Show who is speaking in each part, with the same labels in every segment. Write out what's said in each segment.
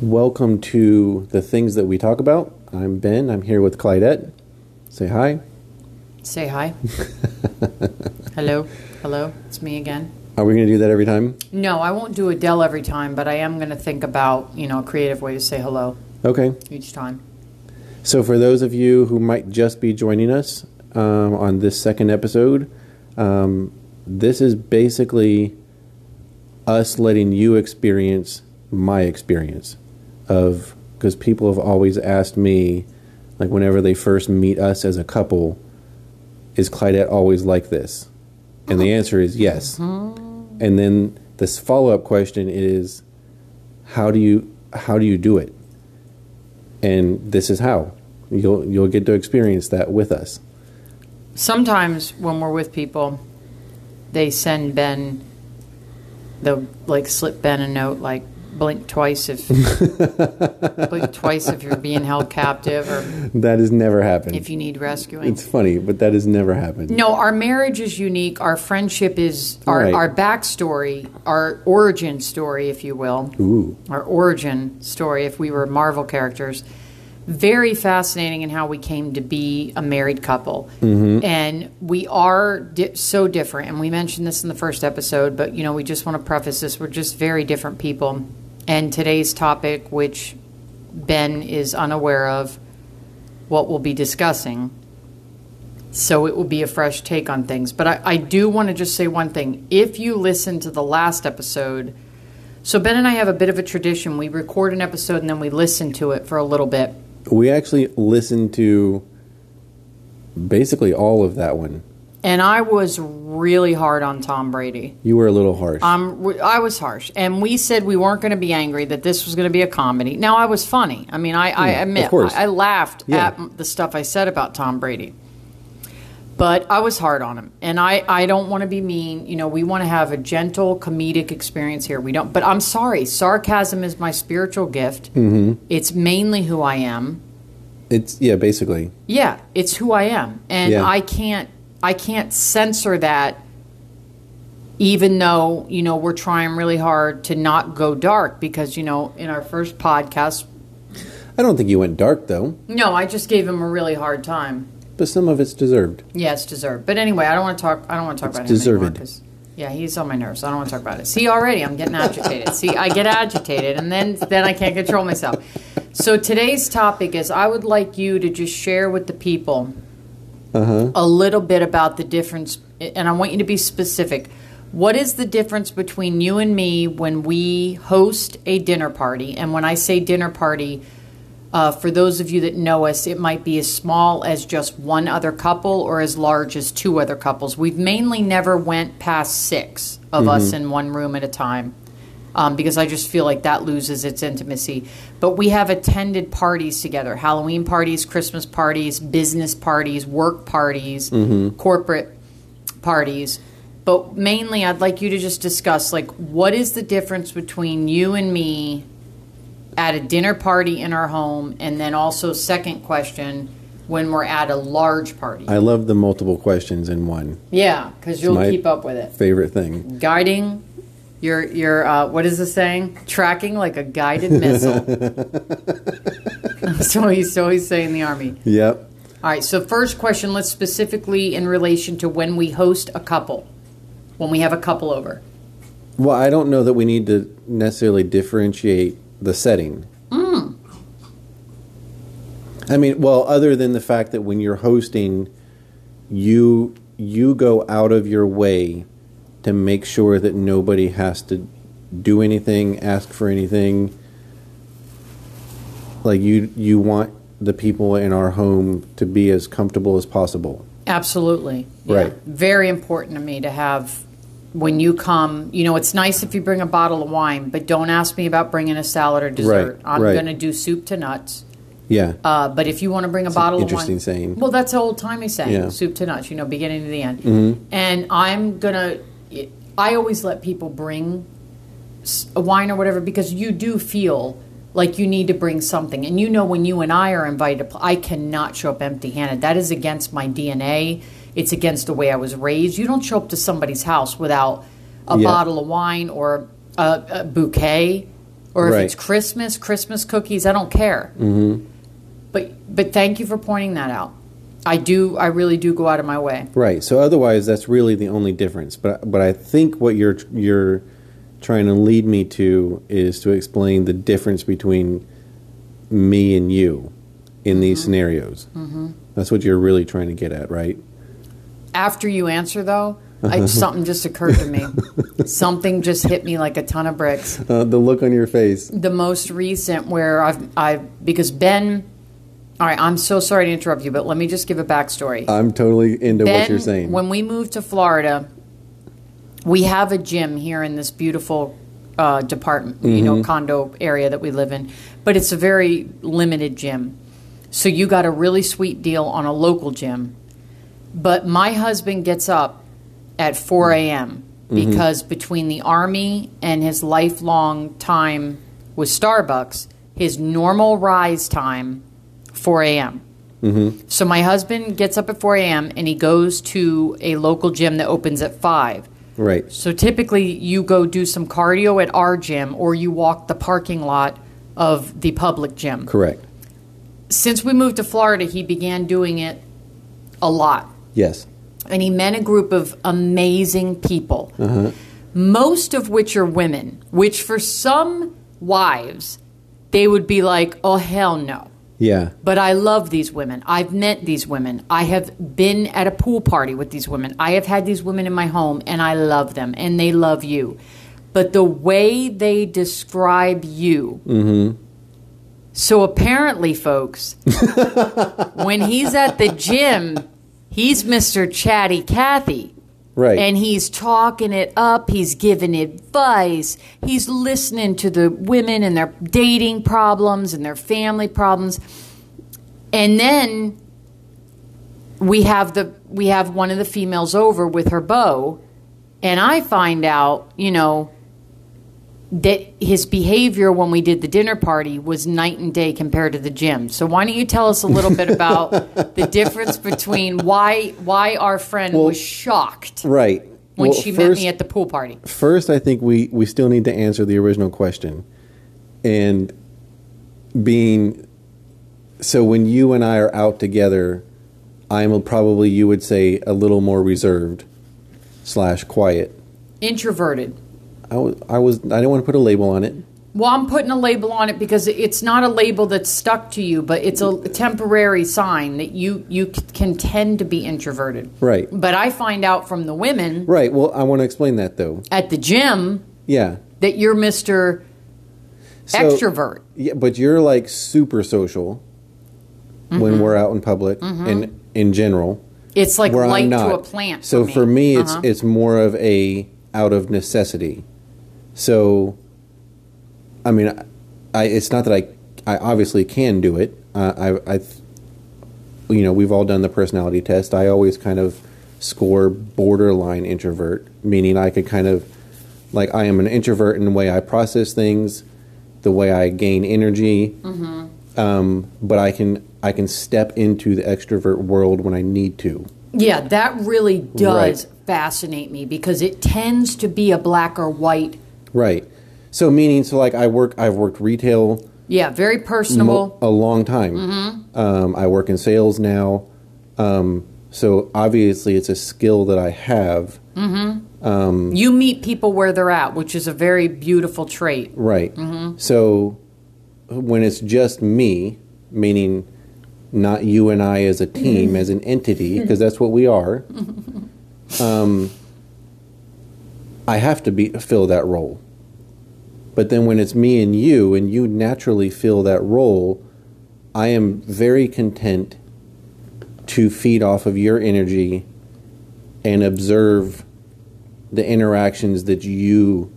Speaker 1: Welcome to the things that we talk about. I'm Ben. I'm here with Clydette. Say hi.
Speaker 2: Say hi. Hello. Hello. It's me again.
Speaker 1: Are we going to do that every time?
Speaker 2: No, I won't do Adele every time, but I am going to think about, you know, a creative way to say hello
Speaker 1: Okay.
Speaker 2: each time.
Speaker 1: So, for those of you who might just be joining us um, on this second episode, um, this is basically us letting you experience my experience of because people have always asked me, like whenever they first meet us as a couple, is Clydette always like this? And the answer is yes. And then this follow up question is, how do you how do you do it? and this is how you'll you'll get to experience that with us.
Speaker 2: Sometimes when we're with people, they send Ben, they'll like slip Ben a note like, blink twice if blink twice if you're being held captive or
Speaker 1: That has never happened.
Speaker 2: if you need rescuing
Speaker 1: it's funny, but that has never happened.
Speaker 2: No, our marriage is unique. Our friendship is our,
Speaker 1: Right.
Speaker 2: our backstory, our origin story, if you will.
Speaker 1: Ooh.
Speaker 2: Our origin story, if we were Marvel characters. Very fascinating in how we came to be a married couple. And we are di- so different. And we mentioned this in the first episode, but you know, we just want to preface this. We're just very different people. And today's topic, which Ben is unaware of, what we'll be discussing so it will be a fresh take on things. But I, I do want to just say one thing. If you listen to the last episode, so Ben and I have a bit of a tradition. We record an episode and then we listen to it for a little bit.
Speaker 1: We actually listened to basically all of that one.
Speaker 2: And I was really hard on Tom Brady.
Speaker 1: You were a little harsh.
Speaker 2: Um, w- I was harsh, and we said we weren't going to be angry. That this was going to be a comedy. Now I was funny. I mean, I, I
Speaker 1: of
Speaker 2: admit
Speaker 1: course.
Speaker 2: I, I laughed
Speaker 1: Yeah.
Speaker 2: at m- the stuff I said about Tom Brady, but I was hard on him, and I, I don't want to be mean. You know, we want to have a gentle comedic experience here. We don't, but I'm sorry. Sarcasm is my spiritual gift. Mm-hmm. It's mainly who I am.
Speaker 1: it's yeah, basically.
Speaker 2: Yeah, it's who I am, and
Speaker 1: Yeah.
Speaker 2: I can't I can't censor that. Even though you know we're trying really hard to not go dark, because you know in our first podcast,
Speaker 1: I don't think you went dark though,
Speaker 2: no, I just gave him a really hard time.
Speaker 1: but some of it's deserved.
Speaker 2: Yeah, it's deserved. But anyway, I don't want to talk. I don't want to talk about him anymore.
Speaker 1: deserved.
Speaker 2: 'cause- Yeah, he's on my nerves. I don't want to talk about it. See, already I'm getting agitated. See, I get agitated, and then then I can't control myself. So today's topic is: I would like you to just share with the people a little bit about the difference, and I want you to be specific. What is the difference between you and me when we host a dinner party? And when I say dinner party, uh, for those of you that know us, it might be as small as just one other couple or as large as two other couples. We've mainly never went past six of us in one room at a time um, because I just feel like that loses its intimacy. But we have attended parties together Halloween parties, Christmas parties, business parties, work parties,
Speaker 1: Mm-hmm.
Speaker 2: corporate parties. But mainly, I'd like you to just discuss like, what is the difference between you and me at a dinner party in our home? And then also, second question, when we're at a large party.
Speaker 1: I love the multiple questions in one.
Speaker 2: yeah, because you'll
Speaker 1: my-
Speaker 2: keep up with it
Speaker 1: Favorite thing.
Speaker 2: guiding your your uh, what is the saying? Tracking like a guided missile. so he's so he's saying the army.
Speaker 1: Yep.
Speaker 2: All right. So first question. Let's specifically in relation to when we host a couple, when we have a couple over.
Speaker 1: Well, I don't know that we need to necessarily differentiate the setting. I mean, well, other than the fact that when you're hosting, you you go out of your way to make sure that nobody has to do anything, ask for anything. Like you you want the people in our home to be as comfortable as possible.
Speaker 2: Absolutely.
Speaker 1: Right.
Speaker 2: Very important to me to have when you come, you know, it's nice if you bring a bottle of wine, but don't ask me about bringing a salad or dessert. I'm
Speaker 1: right.
Speaker 2: going to do soup to nuts.
Speaker 1: Yeah.
Speaker 2: Uh, but if you want to bring a bottle
Speaker 1: interesting
Speaker 2: of wine,
Speaker 1: saying.
Speaker 2: Well, that's an old timey saying,
Speaker 1: Yeah. Mm-hmm.
Speaker 2: soup to nuts. You know, beginning to the end. And I'm gonna. I always let people bring s- a wine or whatever because you do feel like you need to bring something, and you know when you and I are invited, to pl- I cannot show up empty-handed. That is against my DNA. It's against the way I was raised. You don't show up to somebody's house without a
Speaker 1: Yeah.
Speaker 2: bottle of wine or a, a bouquet or if
Speaker 1: Right.
Speaker 2: it's Christmas, Christmas cookies, I don't care. Mm-hmm. But but thank you for pointing that out. I do. I really do go out of my way.
Speaker 1: Right. So otherwise, that's really the only difference. But but I think what you're you're trying to lead me to is to explain the difference between me and you in these scenarios. Mm-hmm. That's what you're really trying to get at, right?
Speaker 2: After you answer, though, I, something just occurred to me. something just hit me like a ton of bricks.
Speaker 1: Uh, the look on your face.
Speaker 2: the most recent where I've I've because Ben. All right, I'm so sorry to interrupt you, but let me just give a backstory.
Speaker 1: I'm totally into
Speaker 2: ben,
Speaker 1: what you're saying.
Speaker 2: when we moved to Florida, we have a gym here in this beautiful uh, department, you
Speaker 1: Mm-hmm.
Speaker 2: know, condo area that we live in, but it's a very limited gym. So you got a really sweet deal on a local gym. But my husband gets up at 4 a.m. because between the army and his lifelong time with Starbucks, his normal rise time, 4 a.m. So my husband gets up at 4 a.m. and he goes to a local gym that opens at 5.
Speaker 1: right.
Speaker 2: So typically you go do some cardio at our gym or you walk the parking lot of the public gym.
Speaker 1: Correct.
Speaker 2: Since we moved to Florida, he began doing it a lot
Speaker 1: Yes.
Speaker 2: and he met a group of amazing people, most of which are women, which for some wives, they would be like, oh, hell no.
Speaker 1: Yeah.
Speaker 2: But I love these women. I've met these women. I have been at a pool party with these women. I have had these women in my home, and I love them, and they love you. But the way they describe you. So apparently, folks, when he's at the gym, he's Mr. Chatty Cathy.
Speaker 1: Right.
Speaker 2: And he's talking it up. He's giving advice. He's listening to the women and their dating problems and their family problems. And then we have the we have one of the females over with her beau, and I find out, you know, that his behavior when we did the dinner party was night and day compared to the gym. So why don't you tell us a little bit about the difference between why why our friend was shocked
Speaker 1: right.
Speaker 2: when
Speaker 1: Well,
Speaker 2: she met
Speaker 1: first-
Speaker 2: me at the pool party.
Speaker 1: first i think we, we still need to answer the original question and being so when you and i are out together i'm probably you would say a little more reserved slash quiet
Speaker 2: Introverted.
Speaker 1: i was i, was, I didn't want to put a label on it
Speaker 2: Well, I'm putting a label on it because it's not a label that's stuck to you, but it's a temporary sign that you you c- can tend to be introverted.
Speaker 1: right
Speaker 2: But I find out from the women
Speaker 1: right well i want to explain that though
Speaker 2: at the gym
Speaker 1: yeah
Speaker 2: that you're Mr.
Speaker 1: So-
Speaker 2: Extrovert.
Speaker 1: yeah but you're like super social when we're out in public and in general
Speaker 2: It's like
Speaker 1: where
Speaker 2: light
Speaker 1: I'm not.
Speaker 2: to a plant.
Speaker 1: So
Speaker 2: me,
Speaker 1: for me, it's
Speaker 2: Uh-huh.
Speaker 1: it's more of a out of necessity. So, I mean, I, I it's not that I I obviously can do it. Uh, I I th- you know we've all done the personality test. I always kind of score borderline introvert, meaning I could kind of like I am an introvert in the way I process things, the way I gain energy.
Speaker 2: Mm-hmm.
Speaker 1: Um, but I can I can step into the extrovert world when I need to.
Speaker 2: yeah, that really does
Speaker 1: Right.
Speaker 2: fascinate me because it tends to be a black or white.
Speaker 1: Right. So meaning, so like I work, I've worked retail
Speaker 2: Yeah, very
Speaker 1: mo-
Speaker 2: personable.
Speaker 1: a long time. Um, I work in sales now. Um, so obviously, it's a skill that I have. Mm-hmm.
Speaker 2: you meet people where they're at, which is a very beautiful trait.
Speaker 1: Right. So when it's just me, meaning not you and I as a team, as an entity, because that's what we are, um, I have to be fill that role. But then when it's me and you, and you naturally fill that role, I am very content to feed off of your energy and observe the interactions that you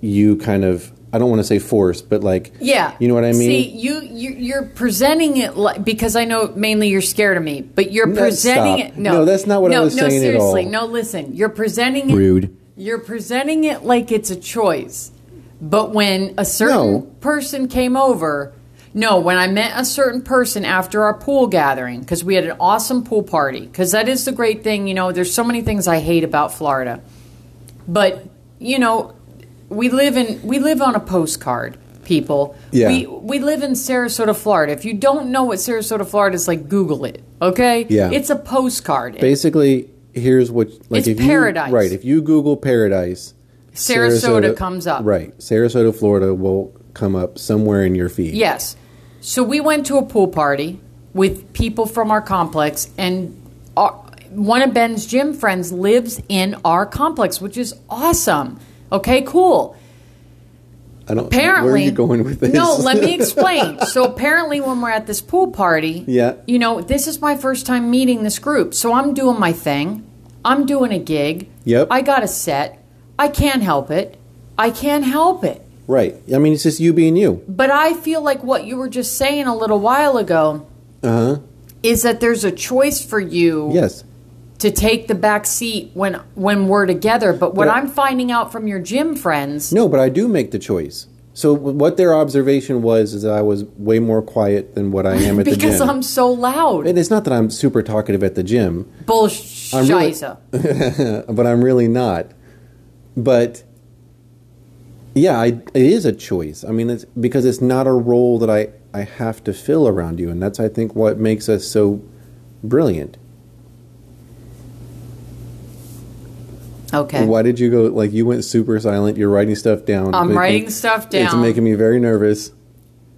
Speaker 1: you kind of I don't want to say force, but like
Speaker 2: Yeah.
Speaker 1: you know what I mean.
Speaker 2: See, you, you you're presenting it like because I know mainly you're scared of me, but you're
Speaker 1: No,
Speaker 2: presenting
Speaker 1: stop.
Speaker 2: it. No,
Speaker 1: No, that's not what I
Speaker 2: no,
Speaker 1: was
Speaker 2: no,
Speaker 1: saying at all.
Speaker 2: seriously. No, listen, you're presenting it.
Speaker 1: Rude.
Speaker 2: You're presenting it like it's a choice, but when a certain
Speaker 1: No.
Speaker 2: person came over. No, when I met a certain person after our pool gathering, because we had an awesome pool party, because that is the great thing, you know, there's so many things I hate about Florida. But, you know, we live in we live on a postcard, people.
Speaker 1: Yeah.
Speaker 2: We we live in Sarasota, Florida. If you don't know what Sarasota, Florida is like, Google it. Okay.
Speaker 1: Yeah.
Speaker 2: It's a postcard.
Speaker 1: Basically, here's what like
Speaker 2: It's
Speaker 1: if
Speaker 2: paradise.
Speaker 1: you right if you Google paradise,
Speaker 2: Sarasota comes up.
Speaker 1: Right, Sarasota, Florida will come up somewhere in your feed.
Speaker 2: Yes. So we went to a pool party with people from our complex, and our, one of Ben's gym friends lives in our complex, which is awesome. Okay, cool.
Speaker 1: I don't.
Speaker 2: Apparently,
Speaker 1: where are you going with this?
Speaker 2: No, let me explain. so apparently, when we're at this pool party,
Speaker 1: Yeah.
Speaker 2: you know, this is my first time meeting this group, so I'm doing my thing. I'm doing a gig.
Speaker 1: Yep.
Speaker 2: I got a set. I can't help it. I can't help it.
Speaker 1: right. I mean, it's just you being you.
Speaker 2: But I feel like what you were just saying a little while ago
Speaker 1: Uh huh.
Speaker 2: is that there's a choice for you
Speaker 1: Yes.
Speaker 2: to take the back seat when when we're together. But what
Speaker 1: But I-
Speaker 2: I'm finding out from your gym friends,
Speaker 1: No, but I do make the choice. So w- what their observation was is that I was way more quiet than what I am at the gym.
Speaker 2: because I'm so loud,
Speaker 1: And it's not that I'm super talkative at the gym, I'm really-
Speaker 2: bullshit.
Speaker 1: but I'm really not. But yeah, I, it is a choice. I mean, it's because it's not a role that I, I have to fill around you, and that's I think what makes us so brilliant.
Speaker 2: Okay.
Speaker 1: Why did you go like you went super silent? You're writing stuff down.
Speaker 2: I'm writing stuff
Speaker 1: It's
Speaker 2: down.
Speaker 1: making me very nervous.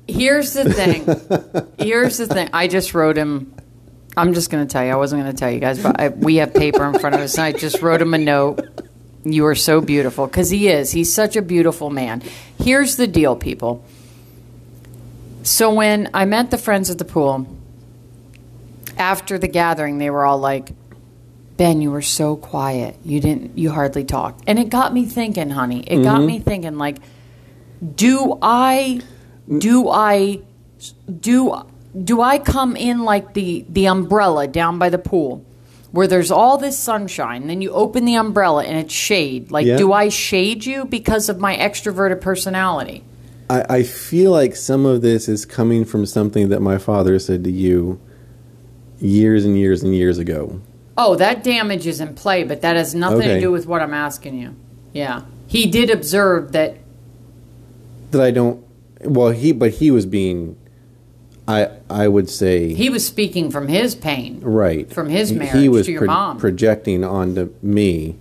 Speaker 2: Here's the thing. Here's the thing. I just wrote him. I'm just going to tell you. I wasn't going to tell you guys, but I, we have paper in front of us, and I just wrote him a note. You are so beautiful because he is. He's such a beautiful man. Here's the deal, people. So when I met the friends at the pool after the gathering, they were all like, "Ben, you were so quiet. You didn't. You hardly talked." And it got me thinking, honey. It got me thinking, like do I do I do do I come in like the the umbrella down by the pool where there's all this sunshine then you open the umbrella and it's shade like
Speaker 1: Yeah.
Speaker 2: do I shade you because of my extroverted personality
Speaker 1: I, I feel like some of this is coming from something that my father said to you years and years and years ago.
Speaker 2: oh that damage is in play but that has nothing to
Speaker 1: Okay.
Speaker 2: do with what I'm asking you yeah he did observe that
Speaker 1: That I don't. Well, he but he was being. I I would say
Speaker 2: he was speaking from his pain
Speaker 1: right
Speaker 2: from his
Speaker 1: He-
Speaker 2: marriage
Speaker 1: He was
Speaker 2: to your
Speaker 1: pro-
Speaker 2: mom
Speaker 1: projecting onto me.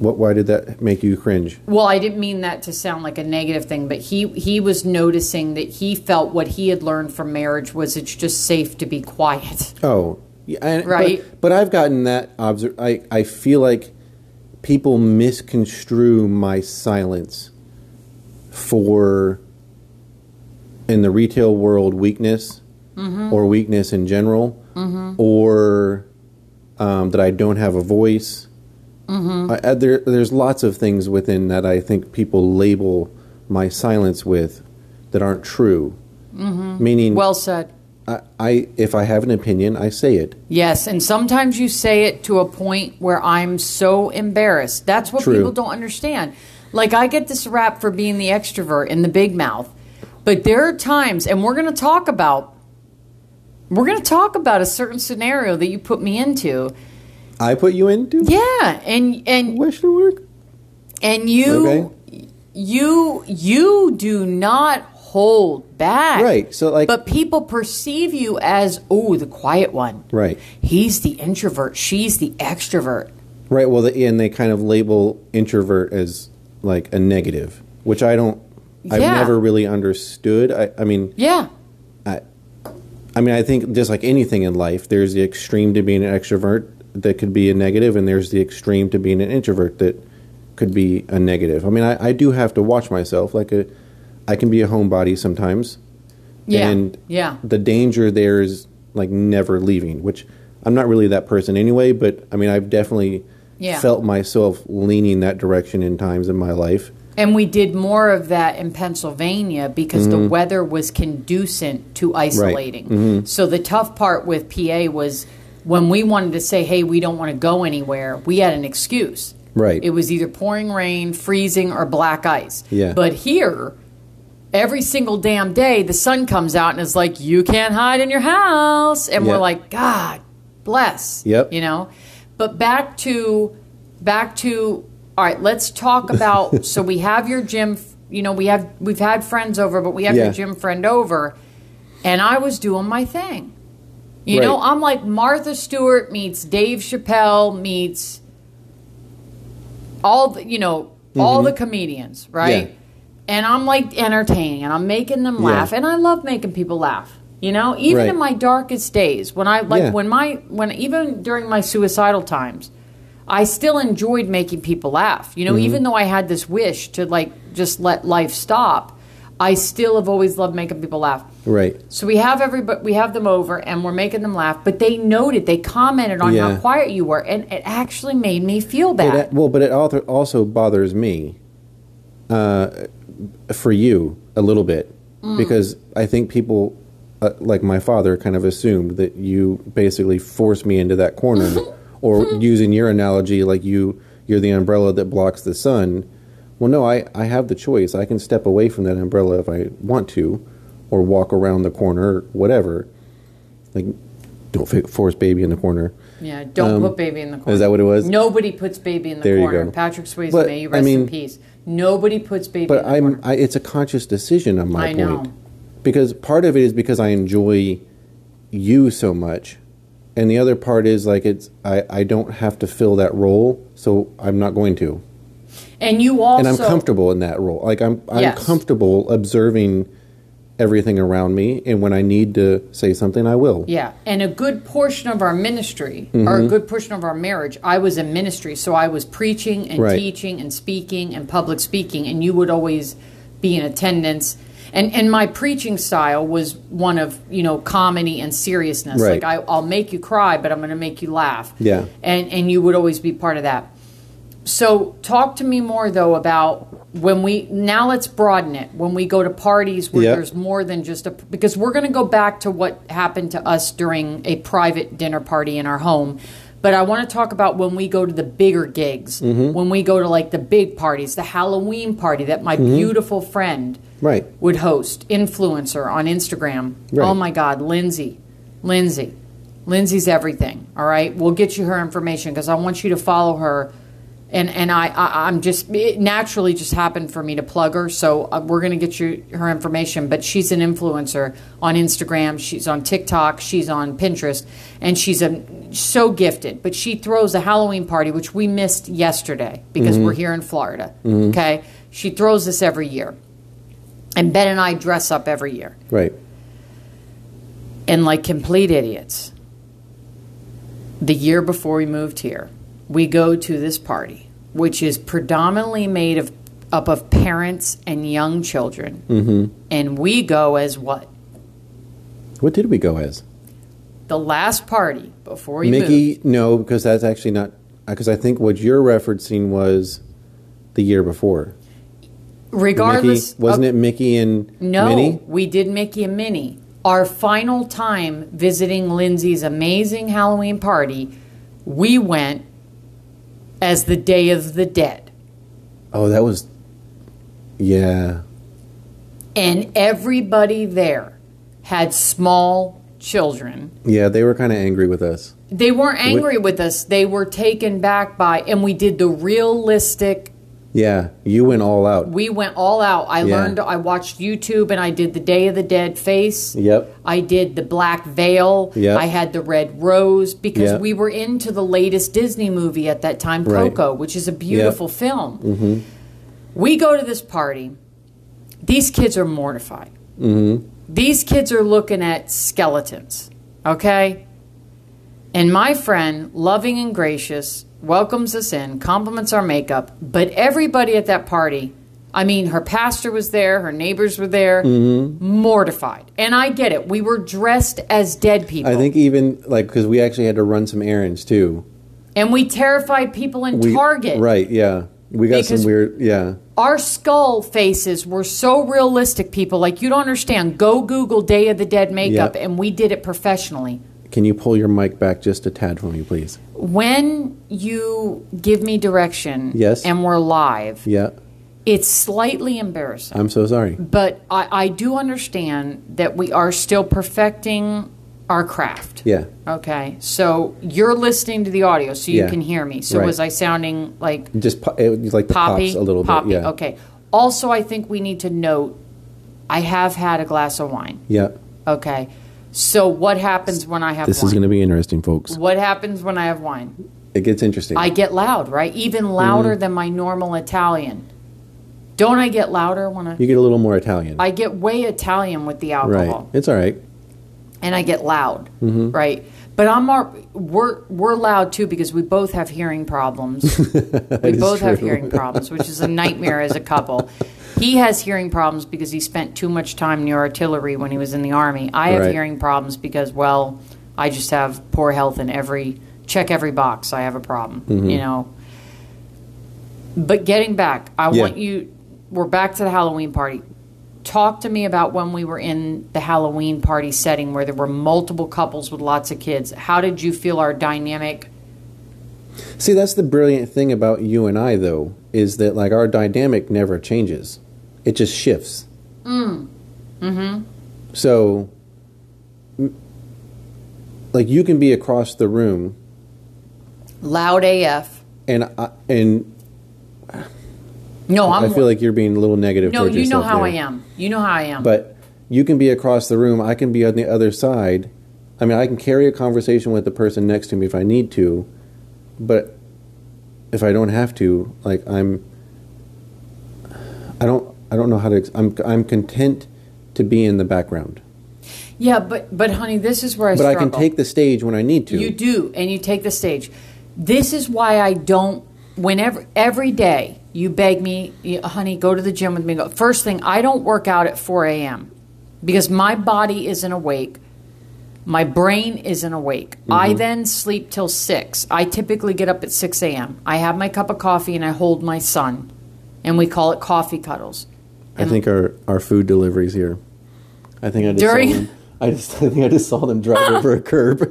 Speaker 1: What? Why did that make you cringe?
Speaker 2: Well, I didn't mean that to sound like a negative thing, but he he was noticing that he felt what he had learned from marriage was it's just safe to be quiet.
Speaker 1: Oh, yeah, and,
Speaker 2: Right.
Speaker 1: But, but I've gotten that obser- I I feel like people misconstrue my silence for in the retail world weakness or weakness in general or um, that I don't have a voice. I, I- there, there's lots of things within that I think people label my silence with that aren't true. Meaning,
Speaker 2: Well said.
Speaker 1: I, I if I have an opinion, I say it.
Speaker 2: Yes, and sometimes you say it to a point where I'm so embarrassed. That's what
Speaker 1: True.
Speaker 2: people don't understand. Like I get this rap for being the extrovert and the big mouth, but there are times, and we're going to talk about we're going to talk about a certain scenario that you put me into.
Speaker 1: I put you into
Speaker 2: Yeah, and and
Speaker 1: question work.
Speaker 2: and you you you do not hold back
Speaker 1: Right, so, like-
Speaker 2: but people perceive you as oh the quiet one
Speaker 1: Right,
Speaker 2: he's the introvert she's the extrovert
Speaker 1: right. Well, the, and they kind of label introvert as like a negative, which I don't. I've
Speaker 2: Yeah.
Speaker 1: never really understood. I, I mean,
Speaker 2: yeah
Speaker 1: I mean, I think just like anything in life, there's the extreme to being an extrovert that could be a negative, and there's the extreme to being an introvert that could be a negative. I mean, I, I do have to watch myself. Like, a, I can be a homebody sometimes.
Speaker 2: Yeah,
Speaker 1: And
Speaker 2: yeah.
Speaker 1: the danger there is like never leaving, which I'm not really that person anyway, but I mean, I've definitely
Speaker 2: Yeah.
Speaker 1: felt myself leaning that direction in times in my life.
Speaker 2: and we did more of that in Pennsylvania because
Speaker 1: Mm-hmm.
Speaker 2: the weather was conducent to isolating. So the tough part with PA was when we wanted to say, "Hey, we don't want to go anywhere," we had an excuse.
Speaker 1: Right.
Speaker 2: It was either pouring rain, freezing, or black ice.
Speaker 1: Yeah.
Speaker 2: But here, every single damn day, the sun comes out and it's like, "You can't hide in your house," and
Speaker 1: Yeah.
Speaker 2: we're like, "God bless."
Speaker 1: Yep.
Speaker 2: You know. But back to back to All right, let's talk about. so we have your gym. f- You know, we have we've had friends over, but we have
Speaker 1: Yeah.
Speaker 2: your gym friend over, and I was doing my thing. You know,
Speaker 1: Right.
Speaker 2: I'm like Martha Stewart meets Dave Chappelle meets all the, you know all the comedians, right?
Speaker 1: Mm-hmm. Yeah.
Speaker 2: And I'm like entertaining, and I'm making them
Speaker 1: Yeah.
Speaker 2: laugh, and I love making people laugh. You know, even
Speaker 1: Right.
Speaker 2: in my darkest days, when I like
Speaker 1: Yeah.
Speaker 2: when my when even during my suicidal times, I still enjoyed making people laugh. You know,
Speaker 1: Mm-hmm.
Speaker 2: even though I had this wish to like just let life stop, I still have always loved making people laugh.
Speaker 1: Right.
Speaker 2: So we have everybody, we have them over, and we're making them laugh. But they noted, they commented on
Speaker 1: Yeah.
Speaker 2: how quiet you were, and it actually made me feel
Speaker 1: It-
Speaker 2: bad.
Speaker 1: well, but it alth- also bothers me uh, for you a little bit because I think people, uh, like my father, kind of assumed that you basically forced me into that corner, or using your analogy, like you you're the umbrella that blocks the sun. Well, no, I, I have the choice. I can step away from that umbrella if I want to, or walk around the corner, or whatever. Like, don't fi- force baby in the corner.
Speaker 2: yeah, don't put baby in the corner.
Speaker 1: um, Is that what it was?
Speaker 2: Nobody puts baby in the
Speaker 1: There you
Speaker 2: corner.
Speaker 1: go.
Speaker 2: Patrick Swayze,
Speaker 1: But,
Speaker 2: may you
Speaker 1: I
Speaker 2: rest
Speaker 1: mean-
Speaker 2: in peace. Nobody puts baby in
Speaker 1: But
Speaker 2: the
Speaker 1: I'm
Speaker 2: corner.
Speaker 1: I, it's a conscious decision on my
Speaker 2: I know.
Speaker 1: point. Because part of it is because I enjoy you so much. And the other part is like it's I, I don't have to fill that role, so I'm not going to.
Speaker 2: And you also.
Speaker 1: And I'm comfortable in that role. Like I'm I'm
Speaker 2: Yes.
Speaker 1: comfortable observing everything around me and when I need to say something I will.
Speaker 2: Yeah, and a good portion of our ministry, or
Speaker 1: Mm-hmm.
Speaker 2: a good portion of our marriage, I was in ministry, so I was preaching and
Speaker 1: Right.
Speaker 2: teaching and speaking and public speaking, and you would always be in attendance. And and my preaching style was one of you know comedy and seriousness.
Speaker 1: Right.
Speaker 2: Like I, I'll make you cry, but I'm going to make you laugh.
Speaker 1: Yeah.
Speaker 2: and and you would always be part of that. So talk to me more though about when we now let's broaden it when we go to parties where
Speaker 1: Yep.
Speaker 2: there's more than just a because we're going to go back to what happened to us during a private dinner party in our home but I want to talk about when we go to the bigger gigs when we go to like the big parties the Halloween party that my beautiful friend
Speaker 1: Right.
Speaker 2: would host influencer on Instagram.
Speaker 1: Right.
Speaker 2: Oh my God, Lindsay, Lindsay, Lindsay's everything. All right, we'll get you her information because I want you to follow her. And and I, I I'm just it naturally just happened for me to plug her, so uh, we're gonna get you her information. But she's an influencer on Instagram, she's on TikTok, she's on Pinterest, and she's a so gifted. But she throws a Halloween party, which we missed yesterday because we're here in Florida. Okay, she throws this every year. And Ben and I dress up every year
Speaker 1: Right.
Speaker 2: and like complete idiots. The year before we moved here, we go to this party, which is predominantly made of up of parents and young children. Mm-hmm. And we go as what?
Speaker 1: What did we go as?
Speaker 2: The last party before we
Speaker 1: Mickey,
Speaker 2: moved.
Speaker 1: no, because that's actually not because I think what you're referencing was the year before.
Speaker 2: Regardless,
Speaker 1: Mickey, wasn't it Mickey and
Speaker 2: No,
Speaker 1: Minnie?
Speaker 2: we did Mickey and Minnie. Our final time visiting Lindsay's amazing Halloween party, we went as the Day of the Dead.
Speaker 1: Oh, that was. Yeah.
Speaker 2: And everybody there had small children.
Speaker 1: Yeah, they were kind of angry with us.
Speaker 2: They weren't angry with us, they were taken back by, and we did the realistic
Speaker 1: Yeah, you went all out.
Speaker 2: we went all out. I
Speaker 1: Yeah.
Speaker 2: learned. I watched YouTube, and I did the Day of the Dead face.
Speaker 1: Yep.
Speaker 2: I did the black veil.
Speaker 1: Yep.
Speaker 2: I had the red rose because
Speaker 1: Yep.
Speaker 2: we were into the latest Disney movie at that time,
Speaker 1: Right.
Speaker 2: Coco, which is a beautiful film. Mm-hmm. We go to this party. These kids are mortified. Mm-hmm. These kids are looking at skeletons. Okay. And my friend, loving and gracious, welcomes us in, compliments our makeup, but everybody at that party, I mean, her pastor was there, her neighbors were there,
Speaker 1: Mm-hmm.
Speaker 2: mortified. And I get it. We were dressed as dead people.
Speaker 1: I think even like because we actually had to run some errands too.
Speaker 2: and we terrified people in
Speaker 1: We,
Speaker 2: Target.
Speaker 1: Right. Yeah. We got some
Speaker 2: Because-
Speaker 1: weird. Yeah.
Speaker 2: Our skull faces were so realistic, people. Like, you don't understand. Go Google Day of the Dead makeup,
Speaker 1: Yep.
Speaker 2: and we did it professionally.
Speaker 1: Can you pull your mic back just a tad for me, please?
Speaker 2: When you give me direction
Speaker 1: Yes.
Speaker 2: and we're live,
Speaker 1: Yeah.
Speaker 2: it's slightly embarrassing.
Speaker 1: I'm so sorry.
Speaker 2: But I, I do understand that we are still perfecting our craft.
Speaker 1: Yeah.
Speaker 2: Okay. So you're listening to the audio, so you
Speaker 1: Yeah.
Speaker 2: can hear me. So
Speaker 1: Right.
Speaker 2: was I sounding like
Speaker 1: Just po- it, was like the
Speaker 2: poppy?
Speaker 1: pops a little
Speaker 2: poppy.
Speaker 1: bit. Yeah.
Speaker 2: Okay. Also, I think we need to note I have had a glass of wine.
Speaker 1: Yeah.
Speaker 2: Okay. So what happens when I have
Speaker 1: This
Speaker 2: wine?
Speaker 1: is going to be interesting, folks.
Speaker 2: what happens when I have wine?
Speaker 1: It gets interesting.
Speaker 2: I get loud, right? Even
Speaker 1: Mm-hmm.
Speaker 2: louder than my normal Italian. Don't I get louder when I?
Speaker 1: you get a little more Italian.
Speaker 2: I Oh. get way Italian with the
Speaker 1: right. Mm-hmm.
Speaker 2: alcohol,
Speaker 1: It's all right.
Speaker 2: and I get loud, right? But I'm our, we're we're loud too because we both have hearing problems. we
Speaker 1: is
Speaker 2: both have
Speaker 1: true.
Speaker 2: hearing problems, which is a nightmare as a couple. He has hearing problems because he spent too much time near artillery when he was in the army. I have
Speaker 1: Right.
Speaker 2: hearing problems because, well, I just have poor health in every check every box. I have a problem,
Speaker 1: Mm-hmm.
Speaker 2: you know. But getting back, I
Speaker 1: Yeah.
Speaker 2: want you. We're back to the Halloween party. Talk to me about when we were in the Halloween party setting where there were multiple couples with lots of kids. How did you feel our dynamic?
Speaker 1: See, that's the brilliant thing about you and I, though, is that like our dynamic never changes; it just shifts. Mm. Mm-hmm.
Speaker 2: Mm-hmm.
Speaker 1: So, m- like, you can be across the room,
Speaker 2: Loud AF.
Speaker 1: and I, and
Speaker 2: No, I'm
Speaker 1: i feel like you're being a little negative.
Speaker 2: No,
Speaker 1: towards
Speaker 2: you know
Speaker 1: yourself
Speaker 2: how I
Speaker 1: there.
Speaker 2: am. You know how I am.
Speaker 1: But you can be across the room; I can be on the other side. I mean, I can carry a conversation with the person next to me if I need to, but if I don't have to, like I'm, I don't, I don't know how to. ex- I'm, I'm content to be in the background,
Speaker 2: yeah, but but honey, this is where I
Speaker 1: but I
Speaker 2: struggle.
Speaker 1: can take the stage when I need to.
Speaker 2: you do, and you take the stage. This is why I don't. Whenever every day you beg me, "Yeah, honey, go to the gym with me. Go. First thing, I don't work out at 4 a.m. because my body isn't awake. My brain isn't awake.
Speaker 1: Mm-hmm.
Speaker 2: I then sleep till 6. I typically get up at 6 a.m. I have my cup of coffee and I hold my son, and we call it coffee cuddles.
Speaker 1: I think our our food deliveries here. I think I just
Speaker 2: During-
Speaker 1: saw them. I just I think I just saw them drive over a curb.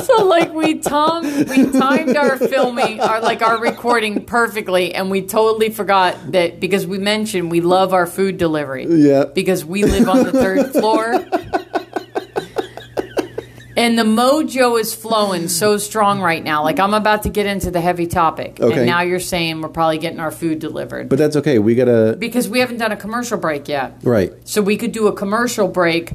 Speaker 2: So like we tom we timed our filming our like our recording perfectly and we totally forgot that because we mentioned we love our food delivery.
Speaker 1: Yeah.
Speaker 2: Because we live on the third floor. And the mojo is flowing so strong right now. Like I'm about to get into the heavy topic.
Speaker 1: Okay.
Speaker 2: And now you're saying we're probably getting our food delivered.
Speaker 1: But that's okay. We gotta
Speaker 2: because we haven't done a commercial break yet.
Speaker 1: right.
Speaker 2: So we could do a commercial break.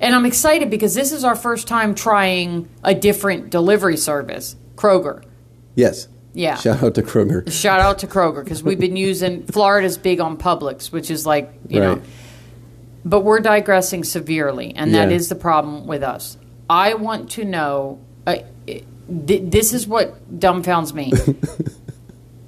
Speaker 2: And I'm excited because this is our first time trying a different delivery service, Kroger.
Speaker 1: Yes.
Speaker 2: Yeah.
Speaker 1: Shout out to Kroger.
Speaker 2: Shout out to Kroger because we've been using Florida's big on Publix, which is like, you know.
Speaker 1: Right.
Speaker 2: But we're digressing severely, and that is
Speaker 1: Yeah.
Speaker 2: the problem with us. I want to know uh, th- this is what dumbfounds me.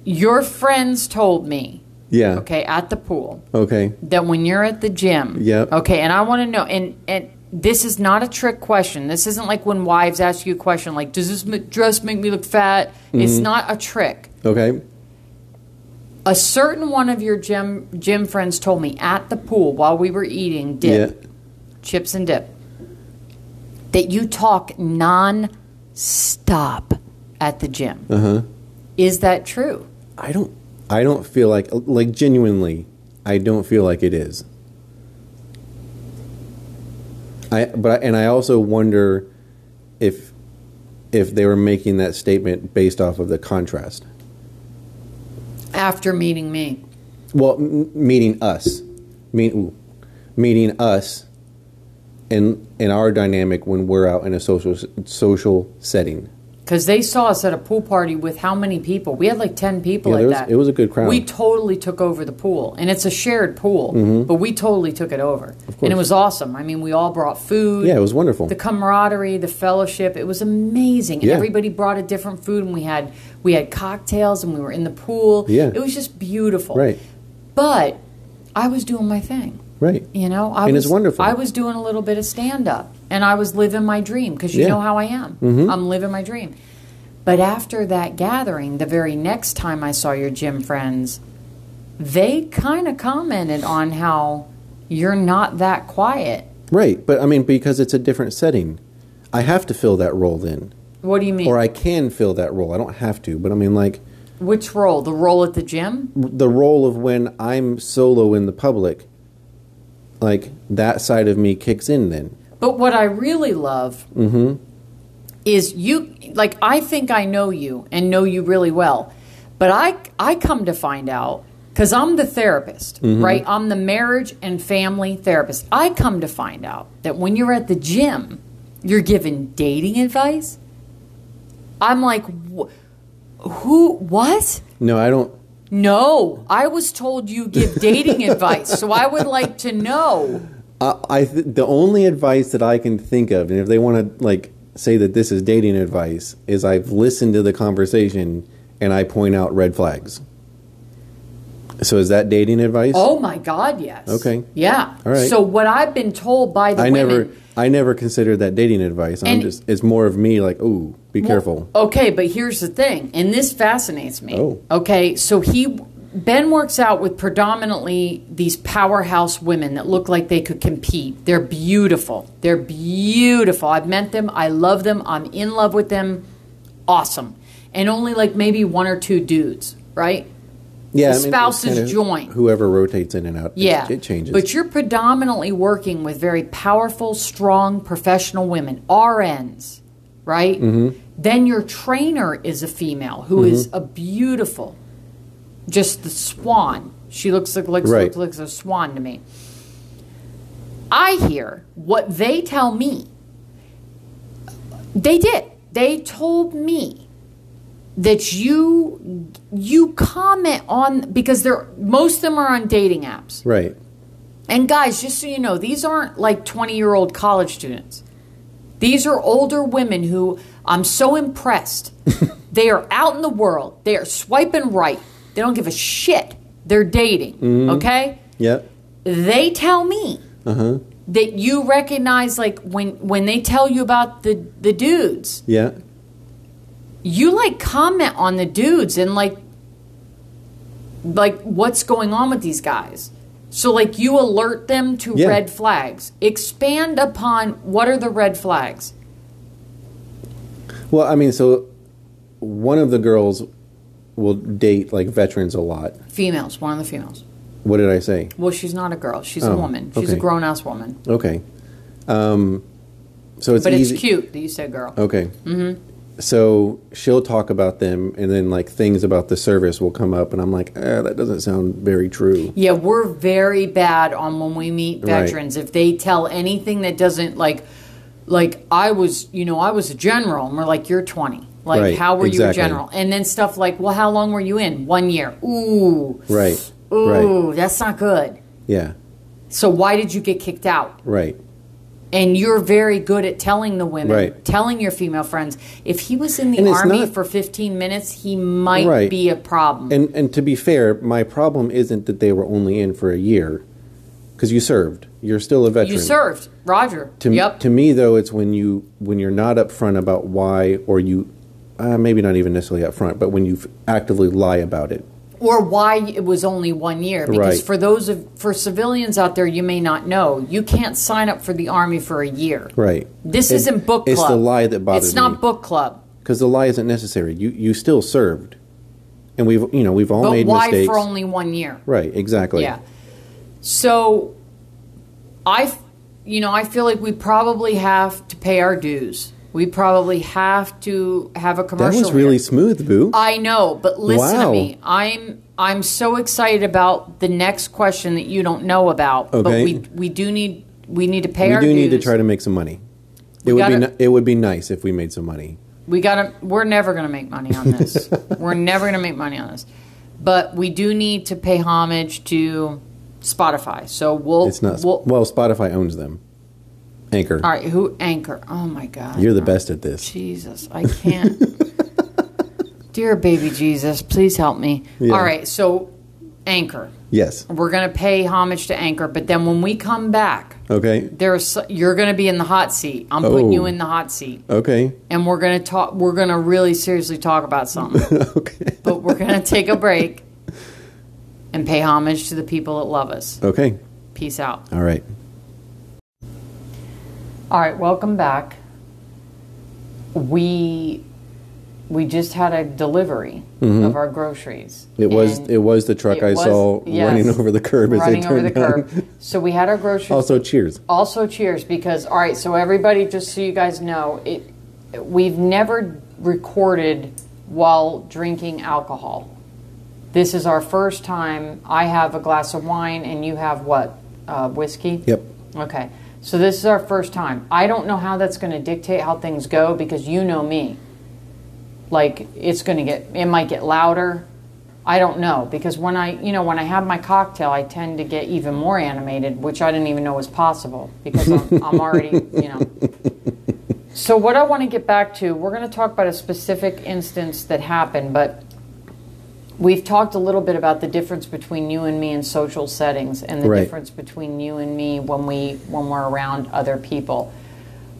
Speaker 2: Your friends told me,
Speaker 1: Yeah.
Speaker 2: okay, at the pool,
Speaker 1: Okay.
Speaker 2: that when you're at the gym,
Speaker 1: Yep.
Speaker 2: okay, and I want to know, and and this is not a trick question. This isn't like when wives ask you a question like, "Does this m- dress make me look fat?" It's
Speaker 1: Mm-hmm.
Speaker 2: not a trick.
Speaker 1: Okay.
Speaker 2: A certain one of your gym gym friends told me at the pool while we were eating dip,
Speaker 1: Yeah.
Speaker 2: chips and dip, that you talk non-stop at the gym.
Speaker 1: Uh-huh.
Speaker 2: Is that true?
Speaker 1: I don't. I don't feel like like genuinely. I don't feel like it is. I but I, and I also wonder if if they were making that statement based off of the contrast.
Speaker 2: After meeting me,
Speaker 1: Well, m- meeting us, mean ooh, meeting us, in in our dynamic when we're out in a social social setting.
Speaker 2: Because they saw us at a pool party with how many people? We had like 10 people
Speaker 1: Yeah,
Speaker 2: at
Speaker 1: there was-
Speaker 2: that.
Speaker 1: it was a good crowd.
Speaker 2: We totally took over the pool. And it's a shared pool, but we totally took it over. And it
Speaker 1: Mm-hmm. course.
Speaker 2: was awesome. I mean, we all brought food.
Speaker 1: Yeah, it was wonderful.
Speaker 2: The camaraderie, the fellowship, it was amazing.
Speaker 1: Yeah.
Speaker 2: Everybody brought a different food and we had we had cocktails and we were in the pool.
Speaker 1: Yeah.
Speaker 2: It was just beautiful.
Speaker 1: Right.
Speaker 2: But I was doing my thing.
Speaker 1: Right.
Speaker 2: You know, I
Speaker 1: And
Speaker 2: was
Speaker 1: it's wonderful.
Speaker 2: I was doing a little bit of stand up, and I was living my dream because you
Speaker 1: Yeah. Mm-hmm.
Speaker 2: know how I am. I'm living my dream. But after that gathering, the very next time I saw your gym friends, they kind of commented on how you're not that quiet.
Speaker 1: Right, but I mean, because it's a different setting, I have to fill that role then,
Speaker 2: What do you mean?
Speaker 1: or I can fill that role. I don't have to, but I mean, like
Speaker 2: Which role? The role at the gym?
Speaker 1: the role of when I'm solo in the public, like that side of me kicks in then.
Speaker 2: But what I really love is you like I think I know you and know you really well. But I I come to find out cuz I'm the therapist, right? I'm the marriage and family therapist. I come to find out that when you're at the gym, you're giving dating advice. I'm like wh- who what?
Speaker 1: No, I don't.
Speaker 2: No, I was told you give dating advice, so I would like to know.
Speaker 1: I, I th- the only advice that I can think of, and if they want to like say that this is dating advice, is I've listened to the conversation and I point out red flags. So is that dating advice?
Speaker 2: Oh my God, yes.
Speaker 1: Okay.
Speaker 2: Yeah.
Speaker 1: All right.
Speaker 2: So what I've been told by the
Speaker 1: I
Speaker 2: women.
Speaker 1: never, I never considered that dating advice. I'm
Speaker 2: And-
Speaker 1: just, it's more of me like, ooh, be careful.
Speaker 2: Okay, but here's the thing, and this fascinates me.
Speaker 1: Oh.
Speaker 2: Okay, so he Ben works out with predominantly these powerhouse women that look like they could compete. They're beautiful. They're beautiful. I've met them. I love them. I'm in love with them. Awesome. And only like maybe one or two dudes, right?
Speaker 1: Yeah,
Speaker 2: The spouses
Speaker 1: kinda
Speaker 2: join.
Speaker 1: Whoever rotates in and out. It-
Speaker 2: Yeah.
Speaker 1: it, changes.
Speaker 2: But you're predominantly working with very powerful, strong, professional women, RNs, right?
Speaker 1: Mm-hmm.
Speaker 2: Then your trainer is a female who is a beautiful, just the swan. She looks like looks,
Speaker 1: Right.
Speaker 2: looks, looks a swan to me. I hear what they tell me. They did. They told me that you you comment on because they're most of them are on dating apps.
Speaker 1: right.
Speaker 2: And guys, just so you know, these aren't like 20 year old college students. These are older women who I'm so impressed. they are out in the world. They are swiping right. They don't give a shit. They're dating. Okay?
Speaker 1: Yep.
Speaker 2: They tell me that you recognize like when when they tell you about the the dudes,
Speaker 1: Yeah.
Speaker 2: you like comment on the dudes and like like what's going on with these guys so like you alert them to
Speaker 1: Yeah.
Speaker 2: red flags expand upon what are the red flags
Speaker 1: Well, I mean, so one of the girls will date like veterans a lot.
Speaker 2: females one of the females
Speaker 1: What did I say?
Speaker 2: well she's not a girl she's a woman she's
Speaker 1: Oh,
Speaker 2: a
Speaker 1: okay.
Speaker 2: grown-ass woman
Speaker 1: Okay. Um, so it's
Speaker 2: but
Speaker 1: easy.
Speaker 2: it's cute that you said girl
Speaker 1: Okay. Mm-hmm. So she'll talk about them, and then like things about the service will come up, and I'm like, eh, that doesn't sound very true.
Speaker 2: yeah we're very bad on when we meet
Speaker 1: Right.
Speaker 2: veterans if they tell anything that doesn't like like i was you know i was a general and we're like you're 20 like
Speaker 1: Right,
Speaker 2: how were
Speaker 1: exactly.
Speaker 2: you a general and then stuff like well how long were you in one year ooh
Speaker 1: Right. Right.
Speaker 2: Ooh, that's not good.
Speaker 1: Yeah.
Speaker 2: So why did you get kicked out?
Speaker 1: Right.
Speaker 2: And you're very good at telling the women,
Speaker 1: Right.
Speaker 2: telling your female friends. If he was in
Speaker 1: And
Speaker 2: the
Speaker 1: it's
Speaker 2: army
Speaker 1: not-
Speaker 2: for 15 minutes, he might
Speaker 1: Right.
Speaker 2: be a problem.
Speaker 1: And and to be fair, my problem isn't that they were only in for a year, because you served. You're still a veteran.
Speaker 2: you served, Roger.
Speaker 1: To,
Speaker 2: yep.
Speaker 1: to me, though, it's when you when you're not upfront about why, or you uh, maybe not even necessarily upfront, but when you f- actively lie about it.
Speaker 2: or why it was only one year because
Speaker 1: Right.
Speaker 2: for those of for civilians out there you may not know you can't sign up for the army for a year
Speaker 1: Right.
Speaker 2: this
Speaker 1: It-
Speaker 2: is isn't book club
Speaker 1: it's the lie that bothers
Speaker 2: it's not
Speaker 1: me.
Speaker 2: book club
Speaker 1: because the lie isn't necessary. You you still served, and we've you know we've all
Speaker 2: but
Speaker 1: made
Speaker 2: why
Speaker 1: mistakes.
Speaker 2: for only one year
Speaker 1: right, exactly.
Speaker 2: Yeah. So I, f- you know, I feel like we probably have to pay our dues. We probably have to have a
Speaker 1: that
Speaker 2: commercial.
Speaker 1: was really
Speaker 2: here.
Speaker 1: smooth, Boo.
Speaker 2: I know, but listen
Speaker 1: Wow.
Speaker 2: to me. I'm I'm so excited about the next question that you don't know about.
Speaker 1: Okay.
Speaker 2: But we we do need we need to pay
Speaker 1: we
Speaker 2: our
Speaker 1: do
Speaker 2: dues.
Speaker 1: need to try to make some money. It would be
Speaker 2: gotta-
Speaker 1: ni- it would be nice if we made some money.
Speaker 2: We gotta. We're never gonna make money on this. we're never gonna make money on this. But we do need to pay homage to Spotify. So we'll.
Speaker 1: It's not
Speaker 2: Oh, We'll,
Speaker 1: well, Spotify owns them. Anchor,
Speaker 2: All right, who anchor? Oh my God!
Speaker 1: you're the best at this.
Speaker 2: Jesus, I can't. Dear baby Jesus, please help me.
Speaker 1: Yeah.
Speaker 2: All right, so anchor.
Speaker 1: Yes.
Speaker 2: We're gonna pay homage to anchor, but then when we come back,
Speaker 1: Okay.
Speaker 2: there's you're gonna be in the hot seat. I'm
Speaker 1: Oh.
Speaker 2: putting you in the hot seat,
Speaker 1: Okay.
Speaker 2: and we're gonna talk. We're gonna really seriously talk about something,
Speaker 1: okay.
Speaker 2: but we're gonna take a break and pay homage to the people that love us.
Speaker 1: Okay.
Speaker 2: Peace out.
Speaker 1: All right.
Speaker 2: All right, welcome back. We we just had a delivery of our groceries.
Speaker 1: Mm-hmm. It was
Speaker 2: and
Speaker 1: it was the truck
Speaker 2: it
Speaker 1: I
Speaker 2: was-
Speaker 1: saw
Speaker 2: yes,
Speaker 1: running over the curb as they
Speaker 2: running over
Speaker 1: turned
Speaker 2: the
Speaker 1: down.
Speaker 2: curb. So we had our groceries.
Speaker 1: Also, cheers.
Speaker 2: also cheers because all right so everybody just so you guys know it we've never recorded while drinking alcohol this is our first time i have a glass of wine and you have what uh, whiskey
Speaker 1: Yep.
Speaker 2: okay so this is our first time i don't know how that's going to dictate how things go because you know me like it's going to get it might get louder i don't know because when i you know when i have my cocktail i tend to get even more animated which i didn't even know was possible because i'm, I'm already you know so what i want to get back to we're going to talk about a specific instance that happened but we've talked a little bit about the difference between you and me in social settings and the
Speaker 1: Right.
Speaker 2: difference between you and me when we when we're around other people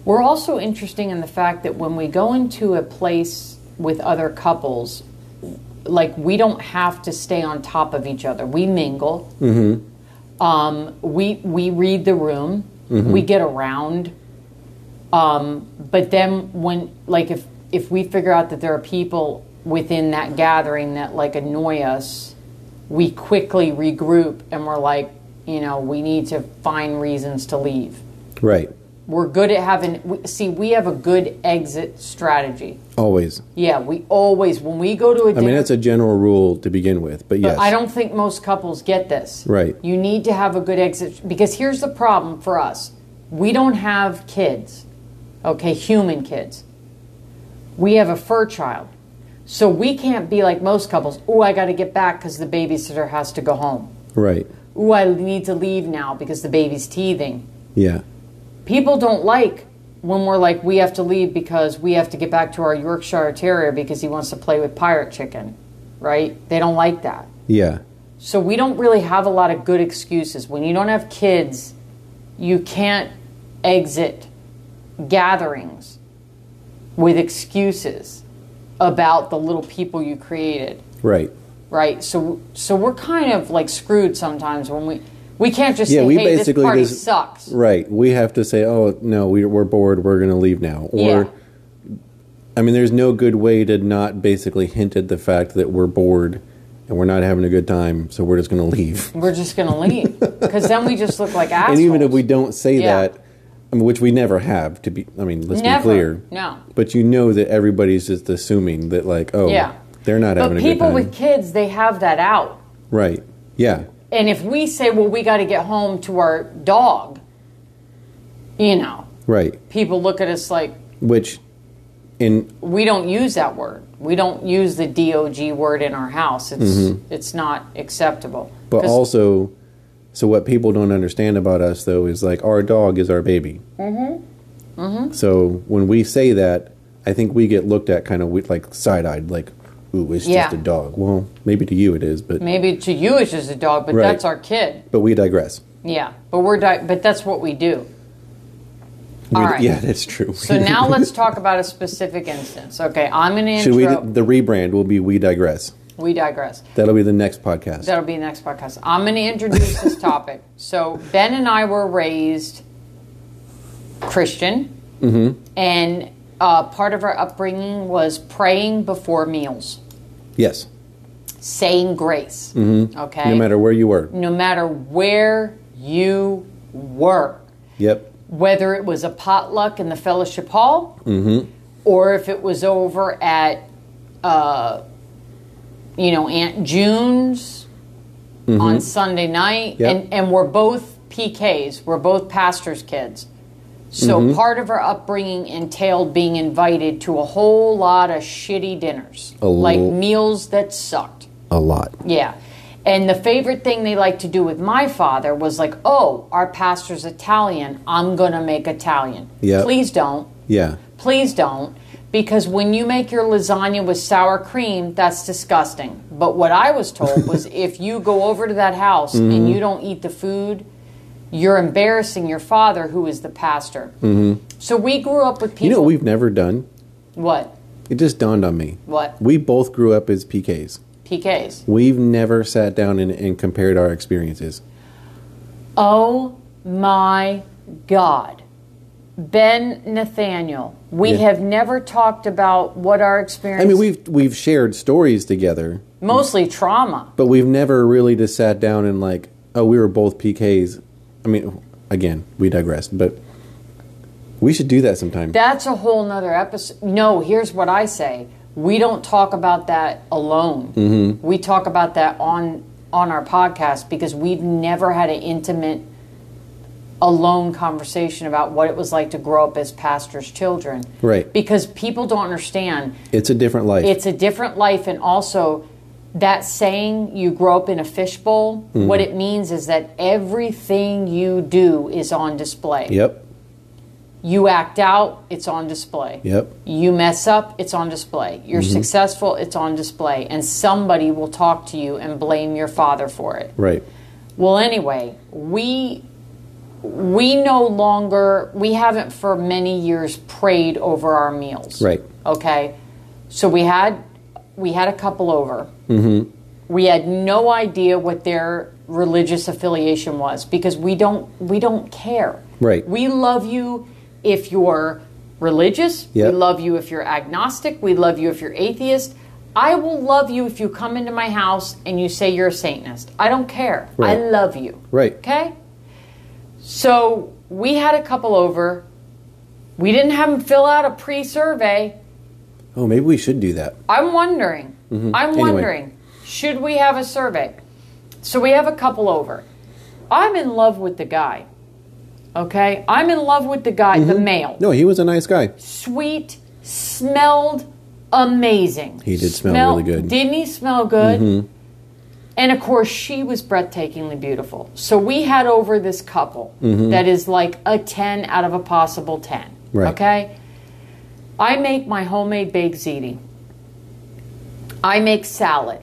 Speaker 2: we're also interesting in the fact that when we go into a place with other couples, like we don't have to stay on top of each other. We mingle. Um, we we read the room. We get around. Um, but then when like if if we figure out that there are people within that gathering that like annoy us, we quickly regroup and we're like, you know, we need to find reasons to leave
Speaker 1: Right.
Speaker 2: we're good at having we- see we have a good exit strategy
Speaker 1: Always.
Speaker 2: yeah we always when we go to a
Speaker 1: I
Speaker 2: dinner
Speaker 1: mean, that's a general rule to begin with, but yes.
Speaker 2: I don't think most couples get this.
Speaker 1: Right.
Speaker 2: You need to have a good exit because here's the problem for us. We don't have kids. Okay, human kids. We have a fur child. So we can't be like most couples, "Oh, I got to get back cuz the babysitter has to go home."
Speaker 1: Right.
Speaker 2: "Oh, I need to leave now because the baby's teething."
Speaker 1: Yeah.
Speaker 2: people don't like when we're like we have to leave because we have to get back to our yorkshire terrier because he wants to play with pirate chicken right they don't like that
Speaker 1: Yeah.
Speaker 2: so we don't really have a lot of good excuses when you don't have kids you can't exit gatherings with excuses about the little people you created
Speaker 1: Right.
Speaker 2: right so so we're kind of like screwed sometimes when we we can't just
Speaker 1: Yeah,
Speaker 2: say
Speaker 1: we
Speaker 2: hey this
Speaker 1: basically
Speaker 2: party
Speaker 1: just-
Speaker 2: sucks
Speaker 1: Right. We have to say, "Oh, no, we, we're bored. We're going to leave now." Or
Speaker 2: Yeah.
Speaker 1: I mean, there's no good way to not basically hint at the fact that we're bored and we're not having a good time, so we're just going to leave.
Speaker 2: we're just gonna leave because then we just look like assholes.
Speaker 1: And even if we don't say
Speaker 2: Yeah.
Speaker 1: that, I mean, which we never have to be I mean, let's
Speaker 2: Never.
Speaker 1: be clear.
Speaker 2: No.
Speaker 1: But you know that everybody's just assuming that like, "Oh,
Speaker 2: Yeah.
Speaker 1: they're not
Speaker 2: but
Speaker 1: having a good
Speaker 2: people
Speaker 1: time."
Speaker 2: with kids, they have that out.
Speaker 1: right. Yeah.
Speaker 2: And if we say, "Well, we got to get home to our dog," you know,
Speaker 1: Right.
Speaker 2: people look at us like
Speaker 1: Which in
Speaker 2: we don't use that word. We don't use the dog word in our house. It's it's not acceptable.
Speaker 1: Mm-hmm. But
Speaker 2: 'Cause-
Speaker 1: also, so what people don't understand about us though is like our dog is our baby. Mm-hmm. Mm-hmm. So when we say that, I think we get looked at kind of we, like side eyed, like, "Ooh, it's
Speaker 2: Yeah.
Speaker 1: just a dog." Well, maybe to you it is, but
Speaker 2: maybe to you it's just a dog, but
Speaker 1: Right.
Speaker 2: that's our kid.
Speaker 1: but we digress.
Speaker 2: Yeah, but we're di- but that's what we do. All
Speaker 1: We-
Speaker 2: right.
Speaker 1: Yeah, that's true.
Speaker 2: So now let's talk about a specific instance. Okay, I'm going to
Speaker 1: Should
Speaker 2: intro.
Speaker 1: we the rebrand will be we digress.
Speaker 2: We digress.
Speaker 1: That'll be the next podcast.
Speaker 2: That'll be the next podcast. I'm going to introduce this topic. So, Ben and I were raised Christian,
Speaker 1: Mm-hmm.
Speaker 2: and uh, part of our upbringing was praying before meals,
Speaker 1: yes.
Speaker 2: saying grace. Mm-hmm. Okay?
Speaker 1: No matter where you were.
Speaker 2: No matter where you were,
Speaker 1: Yep.
Speaker 2: whether it was a potluck in the fellowship hall
Speaker 1: Mm-hmm.
Speaker 2: or if it was over at uh, you know aunt june's on sunday night
Speaker 1: Mm-hmm. Yep.
Speaker 2: and, and we're both pks we're both pastors kids so
Speaker 1: Mm-hmm.
Speaker 2: part of our upbringing entailed being invited to a whole lot of shitty dinners
Speaker 1: A
Speaker 2: like
Speaker 1: lo-
Speaker 2: meals that sucked
Speaker 1: A lot.
Speaker 2: yeah. And the favorite thing they liked to do with my father was like, oh, our pastor's Italian. I'm going to make Italian.
Speaker 1: Yeah.
Speaker 2: Please don't.
Speaker 1: Yeah.
Speaker 2: Please don't. Because when you make your lasagna with sour cream, that's disgusting. But what I was told was if you go over to that house and you don't eat the food, you're embarrassing your father, who is the pastor. Mm-hmm. So we grew up with people.
Speaker 1: You know what we've never done?
Speaker 2: what?
Speaker 1: It just dawned on me.
Speaker 2: What?
Speaker 1: We both grew up as PKs.
Speaker 2: PKs.
Speaker 1: We've never sat down and, and compared our experiences.
Speaker 2: Oh my God. Ben Nathaniel, we
Speaker 1: Yeah.
Speaker 2: have never talked about what our experience.
Speaker 1: I mean, we've we've shared stories together,
Speaker 2: mostly trauma.
Speaker 1: but we've never really just sat down and like, oh, we were both PKs. I mean, again, we digressed, but we should do that sometime.
Speaker 2: That's a whole nother episode. No, here's what I say: we don't talk about that alone.
Speaker 1: Mm-hmm.
Speaker 2: We talk about that on on our podcast because we've never had an intimate, alone conversation about what it was like to grow up as pastors' children.
Speaker 1: Right.
Speaker 2: Because people don't understand
Speaker 1: it's a different life.
Speaker 2: it's a different life and also that saying you grow up in a fishbowl
Speaker 1: Mm-hmm.
Speaker 2: what it means is that everything you do is on display
Speaker 1: yep,
Speaker 2: you act out it's on display
Speaker 1: yep, Mm-hmm.
Speaker 2: you mess up it's on display you're successful it's on display and somebody will talk to you and blame your father for it
Speaker 1: right,
Speaker 2: well, anyway, we we no longer we haven't for many years prayed over our meals.
Speaker 1: Right.
Speaker 2: Okay. So we had we had a couple over. Mm-hmm. We had no idea what their religious affiliation was because we don't we don't care.
Speaker 1: Right.
Speaker 2: We love you if you're religious.
Speaker 1: Yep.
Speaker 2: We love you if you're agnostic. We love you if you're atheist. I will love you if you come into my house and you say you're a Satanist. I don't care.
Speaker 1: Right.
Speaker 2: I love you.
Speaker 1: right.
Speaker 2: Okay? So we had a couple over. We didn't have them fill out a pre survey.
Speaker 1: Oh, maybe we should do that.
Speaker 2: I'm wondering. I'm
Speaker 1: Mm-hmm. Anyway.
Speaker 2: wondering, should we have a survey? So we have a couple over. I'm in love with the guy. Okay? I'm in love with the guy, the male.
Speaker 1: Mm-hmm. No, he was a nice guy.
Speaker 2: Sweet, smelled amazing.
Speaker 1: He did smell really good. Mm-hmm.
Speaker 2: Didn't he smell good? And of course, she was breathtakingly beautiful. So we had over this couple that is like a 10 out of a possible 10.
Speaker 1: Right.
Speaker 2: Okay? I make my homemade baked ziti. I make salad.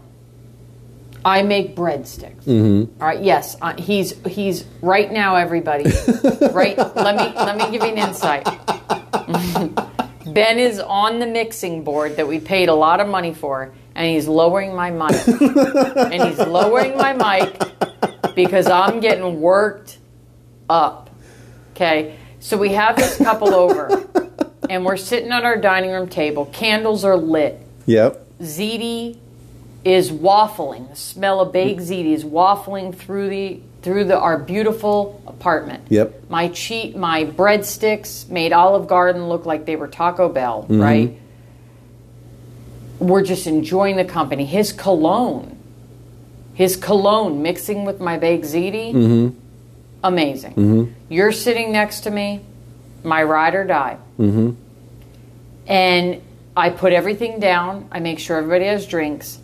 Speaker 2: I make breadsticks. All right. Yes, uh, he's he's right now. Everybody, right? Let me let me give you an insight. ben is on the mixing board that we paid a lot of money for, and he's lowering my mic, and he's lowering my mic because I'm getting worked up. Okay. So we have this couple over, and we're sitting at our dining room table. Candles are lit.
Speaker 1: Yep.
Speaker 2: Ziti is waffling. The smell of baked ziti is waffling through the through the our beautiful apartment.
Speaker 1: Yep.
Speaker 2: My cheat, my breadsticks made Olive Garden look like they were Taco Bell,
Speaker 1: Mm-hmm.
Speaker 2: right? We're just enjoying the company. His cologne, his cologne mixing with my baked ziti,
Speaker 1: Mm-hmm.
Speaker 2: amazing. You're sitting next to me, my ride or die
Speaker 1: Mm-hmm.
Speaker 2: and I put everything down. I make sure everybody has drinks.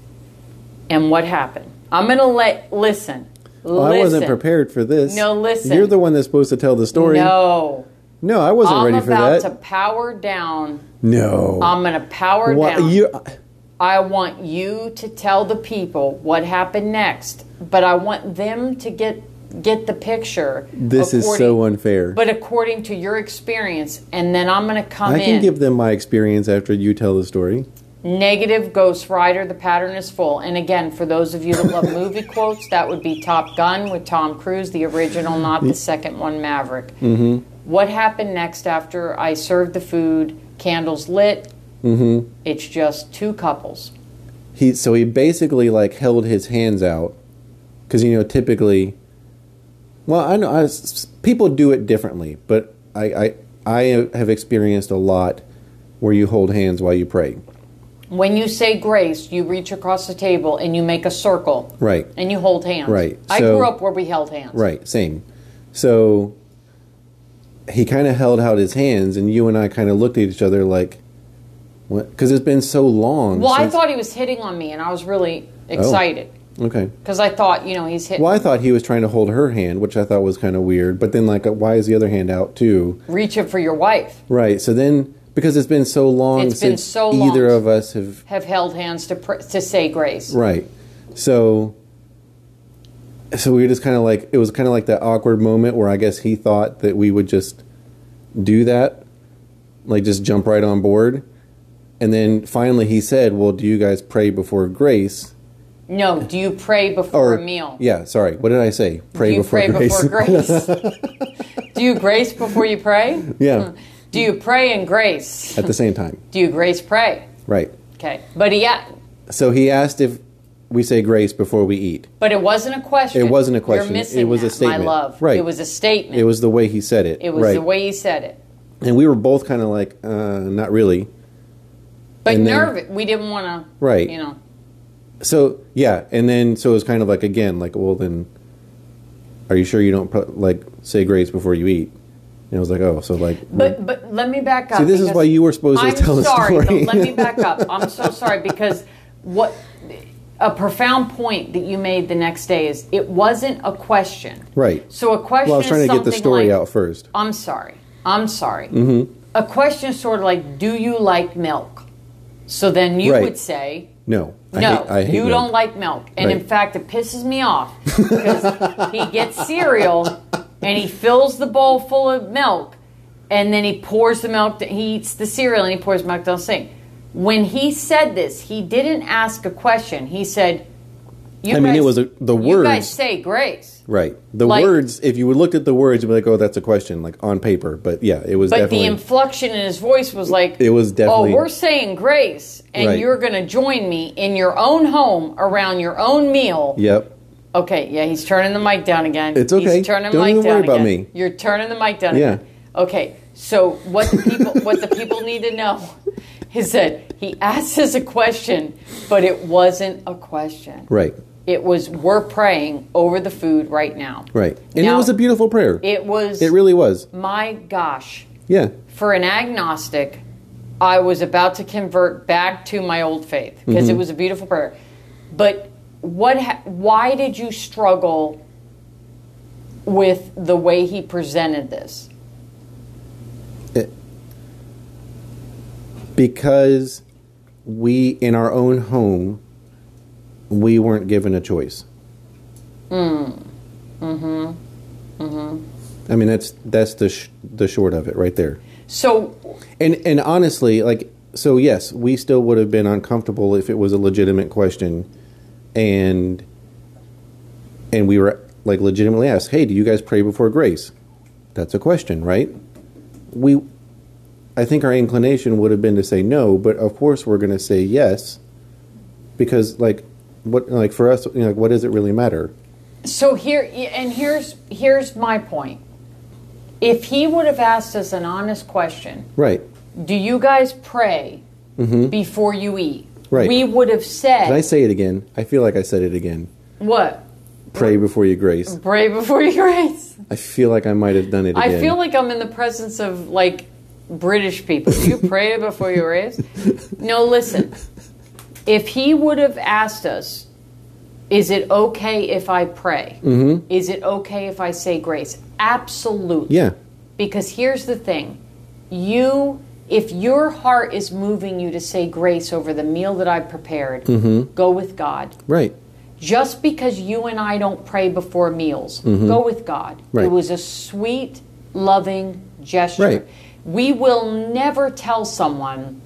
Speaker 2: And what happened? I'm gonna let listen.
Speaker 1: Well, I wasn't
Speaker 2: Listen.
Speaker 1: prepared for this.
Speaker 2: No, listen.
Speaker 1: You're the one that's supposed to tell the story.
Speaker 2: No,
Speaker 1: No, I wasn't
Speaker 2: I'm
Speaker 1: ready for
Speaker 2: about
Speaker 1: that.
Speaker 2: to power down.
Speaker 1: no.
Speaker 2: I'm gonna power
Speaker 1: Why-
Speaker 2: down.
Speaker 1: you-
Speaker 2: I want you to tell the people what happened next, but I want them to get get the picture.
Speaker 1: this is
Speaker 2: according-
Speaker 1: so unfair.
Speaker 2: But according to your experience, and then I'm gonna come
Speaker 1: I
Speaker 2: in.
Speaker 1: can give them my experience after you tell the story.
Speaker 2: Negative Ghost Rider, the pattern is full. And again, for those of you that love movie quotes, that would be Top Gun with Tom Cruise, the original, not the second one, Maverick. Mm-hmm. What happened next after I served the food, candles lit? Mm-hmm. It's just two couples.
Speaker 1: He so he basically like held his hands out because you know typically. Well, I know I s s people do it differently, but I, I I have experienced a lot where you hold hands while you pray.
Speaker 2: When you say grace, you reach across the table and you make a circle.
Speaker 1: Right.
Speaker 2: And you hold hands.
Speaker 1: Right.
Speaker 2: I
Speaker 1: So-
Speaker 2: grew up where we held hands.
Speaker 1: Right, same. So he kind of held out his hands, and you and I kind of looked at each other like, "What?" Because it's been so Oh. long.
Speaker 2: Well, I
Speaker 1: since-
Speaker 2: thought he was hitting on me, and I was really excited
Speaker 1: Okay.
Speaker 2: because I thought, you know, he's hitting.
Speaker 1: Well, I thought he was trying to hold her hand, which I thought was kind of weird. But then, like, why is the other hand out too?
Speaker 2: Reaching for your wife.
Speaker 1: Right. So then, because it's been so long
Speaker 2: It's been
Speaker 1: since
Speaker 2: so long.
Speaker 1: either of us have
Speaker 2: have held hands to pr- to say grace.
Speaker 1: Right. So so we were just kind of like it was kind of like that awkward moment where I guess he thought that we would just do that, like just jump right on board. And then finally he said, "Well, do you guys pray before grace?"
Speaker 2: No, do you pray before a meal?
Speaker 1: Yeah, sorry. What did I say? Pray
Speaker 2: do you
Speaker 1: before
Speaker 2: pray
Speaker 1: grace.
Speaker 2: before grace? Do you grace before you pray?
Speaker 1: Yeah.
Speaker 2: Do you pray and grace?
Speaker 1: At the same time.
Speaker 2: Do you grace pray?
Speaker 1: Right.
Speaker 2: Okay. But yeah,
Speaker 1: So he asked if we say grace before we eat.
Speaker 2: but it wasn't a question.
Speaker 1: It wasn't a question.
Speaker 2: You're missing
Speaker 1: It was a
Speaker 2: that,
Speaker 1: statement.
Speaker 2: My love.
Speaker 1: Right.
Speaker 2: It was a statement.
Speaker 1: It was the way he said it.
Speaker 2: It was
Speaker 1: right.
Speaker 2: the way he said it.
Speaker 1: And we were both kind of like, uh, not really.
Speaker 2: But
Speaker 1: And then-
Speaker 2: nervous. We didn't want to.
Speaker 1: Right.
Speaker 2: You know.
Speaker 1: So yeah, and then so it was kind of like again, like well then, are you sure you don't pro- like say grace before you eat? And I was like, oh, so like,
Speaker 2: But but let me back up.
Speaker 1: See, this is
Speaker 2: because
Speaker 1: why you were supposed to
Speaker 2: I'm
Speaker 1: tell the
Speaker 2: sorry,
Speaker 1: story.
Speaker 2: but let me back up. I'm so sorry because what a profound point that you made the next day is it wasn't a question.
Speaker 1: Right.
Speaker 2: So a question.
Speaker 1: well, I was trying
Speaker 2: is
Speaker 1: to get the
Speaker 2: something
Speaker 1: story
Speaker 2: like,
Speaker 1: out first.
Speaker 2: I'm sorry. I'm sorry. Mm-hmm. A question is sort of like, do you like milk? So then you
Speaker 1: Right.
Speaker 2: would say,
Speaker 1: No, I
Speaker 2: no,
Speaker 1: hate, I hate
Speaker 2: you
Speaker 1: milk.
Speaker 2: don't like milk. And in
Speaker 1: Right.
Speaker 2: fact, it pisses me off because he gets cereal and he fills the bowl full of milk and then he pours the milk, he eats the cereal and he pours milk down the sink. When he said this, he didn't ask a question. He said, you
Speaker 1: I mean, it
Speaker 2: guys-
Speaker 1: was a- the
Speaker 2: You guys
Speaker 1: words-
Speaker 2: say grace.
Speaker 1: Right. The
Speaker 2: Like-
Speaker 1: words, if you looked at the words, you'd be like, oh, that's a question, like on paper. But yeah, it was
Speaker 2: But
Speaker 1: definitely
Speaker 2: the inflection in his voice was like,
Speaker 1: It was definitely-
Speaker 2: Oh, we're saying grace, and
Speaker 1: Right.
Speaker 2: you're going to join me in your own home around your own meal.
Speaker 1: Yep.
Speaker 2: Okay, yeah, he's turning the mic down again.
Speaker 1: It's okay.
Speaker 2: He's turning the
Speaker 1: Don't
Speaker 2: mic
Speaker 1: even
Speaker 2: down
Speaker 1: worry about
Speaker 2: again.
Speaker 1: me.
Speaker 2: You're turning the mic down.
Speaker 1: Yeah.
Speaker 2: Again. Okay, so what the people what the people need to know is that he asked us a question, but it wasn't a question.
Speaker 1: Right.
Speaker 2: It was we're praying over the food right now.
Speaker 1: Right. And
Speaker 2: Now-
Speaker 1: it was a beautiful prayer. It,
Speaker 2: It was.
Speaker 1: really was.
Speaker 2: My gosh
Speaker 1: Yeah.
Speaker 2: for an agnostic, I was about to convert back to my old faith because
Speaker 1: Mm-hmm.
Speaker 2: it was a beautiful prayer. But what? Ha- why did you struggle with the way he presented this?
Speaker 1: It- because we, in our own home, we weren't given a choice. Mm. Mm-hmm. Mm-hmm. I mean, that's that's the sh- the short of it right there.
Speaker 2: So,
Speaker 1: And and honestly, like so yes, we still would have been uncomfortable if it was a legitimate question and and we were like legitimately asked, "Hey, do you guys pray before grace?" That's a question, right? We I think our inclination would have been to say no, but of course we're going to say yes because like what like for us, you know, like what does it really matter?
Speaker 2: so here and here's here's my point. If he would have asked us an honest question,
Speaker 1: Right.
Speaker 2: do you guys pray before you eat?
Speaker 1: Mm-hmm. Right.
Speaker 2: We would have said
Speaker 1: Did I say it again? I feel like I said it again.
Speaker 2: what?
Speaker 1: Pray before you grace.
Speaker 2: Pray before you raise.
Speaker 1: I feel like I might have done it again.
Speaker 2: I feel like I'm in the presence of like British people. Do you pray before you raise? No, listen. If he would have asked us, is it okay if I pray? Mm-hmm. Is it okay if I say grace? Absolutely.
Speaker 1: Yeah.
Speaker 2: Because here's the thing you, if your heart is moving you to say grace over the meal that I prepared,
Speaker 1: Mm-hmm.
Speaker 2: go with God
Speaker 1: Right.
Speaker 2: just because you and I don't pray before meals, go with God.
Speaker 1: Mm-hmm. Right.
Speaker 2: It was a sweet, loving gesture.
Speaker 1: Right.
Speaker 2: We will never tell someone,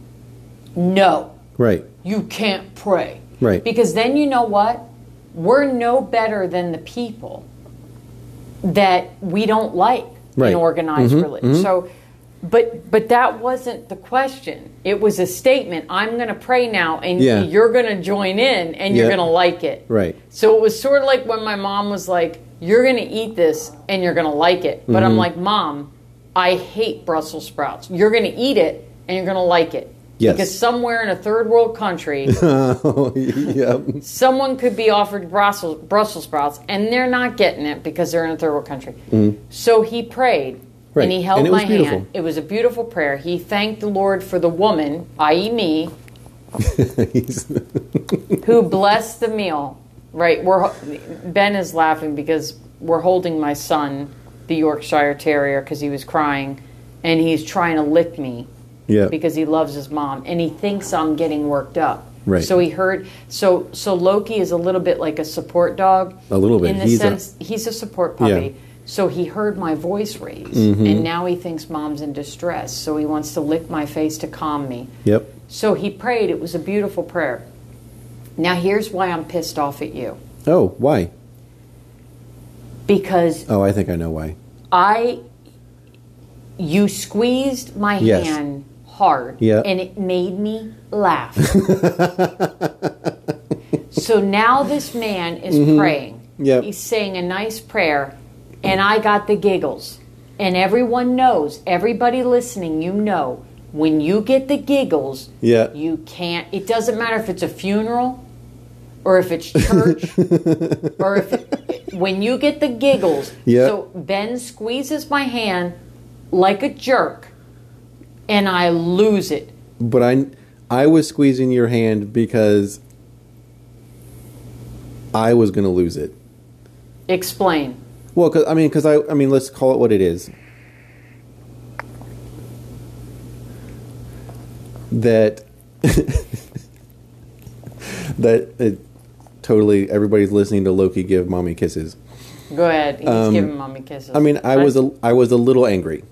Speaker 2: no,
Speaker 1: Right.
Speaker 2: you can't pray.
Speaker 1: Right.
Speaker 2: Because then you know what? We're no better than the people that we don't like
Speaker 1: Right. Mm-hmm.
Speaker 2: in organized religion. So but but that wasn't the question. It was a statement. I'm going to pray now and
Speaker 1: Yeah.
Speaker 2: you're going to join in and you're
Speaker 1: Yeah.
Speaker 2: going to like it.
Speaker 1: Right.
Speaker 2: So it was sort of like when my mom was like, "You're going to eat this and you're going to like it." But I'm like, "Mom, I hate Brussels sprouts. You're going to eat it and you're going to like it."
Speaker 1: Yes.
Speaker 2: Because somewhere in a third world country,
Speaker 1: Oh, yep.
Speaker 2: someone could be offered Brussels, Brussels sprouts and they're not getting it because they're in a third world country. So he prayed
Speaker 1: Mm-hmm. Right.
Speaker 2: and he held
Speaker 1: And it was
Speaker 2: my
Speaker 1: beautiful.
Speaker 2: hand. It was a beautiful prayer. He thanked the Lord for the woman, i.e., me, who blessed the meal. Right, we're Ben is laughing because we're holding my son, the Yorkshire Terrier, because he was crying, and he's trying to lick me
Speaker 1: Yeah.
Speaker 2: because he loves his mom, and he thinks I'm getting worked up.
Speaker 1: Right.
Speaker 2: So he heard. So so Loki is a little bit like a support dog.
Speaker 1: A little bit.
Speaker 2: In the
Speaker 1: He's a-
Speaker 2: sense, he's a support puppy.
Speaker 1: Yeah. Mm-hmm.
Speaker 2: So he heard my voice raise, and now he thinks mom's in distress. So he wants to lick my face to calm me.
Speaker 1: Yep.
Speaker 2: So he prayed. It was a beautiful prayer. Now, here's why I'm pissed off at you
Speaker 1: Oh, why?
Speaker 2: because
Speaker 1: Oh, I think I know why.
Speaker 2: I you squeezed my
Speaker 1: Yes.
Speaker 2: hand hard
Speaker 1: Yeah.
Speaker 2: and it made me laugh. so now this man is praying.
Speaker 1: Mm-hmm. Yep.
Speaker 2: He's saying a nice prayer and I got the giggles. And everyone knows, everybody listening, you know, when you get the giggles,
Speaker 1: Yeah.
Speaker 2: you can't it doesn't matter if it's a funeral or if it's church or if when you get the giggles
Speaker 1: Yeah.
Speaker 2: so ben squeezes my hand like a jerk and i lose it
Speaker 1: But I, I was squeezing your hand because I was going to lose it.
Speaker 2: explain
Speaker 1: Well, 'cause- I mean, because I, I mean, let's call it what it is. That that it, totally everybody's listening to Loki give mommy kisses.
Speaker 2: go ahead he's giving mommy kisses
Speaker 1: Um, I mean, I was a, I was a little angry.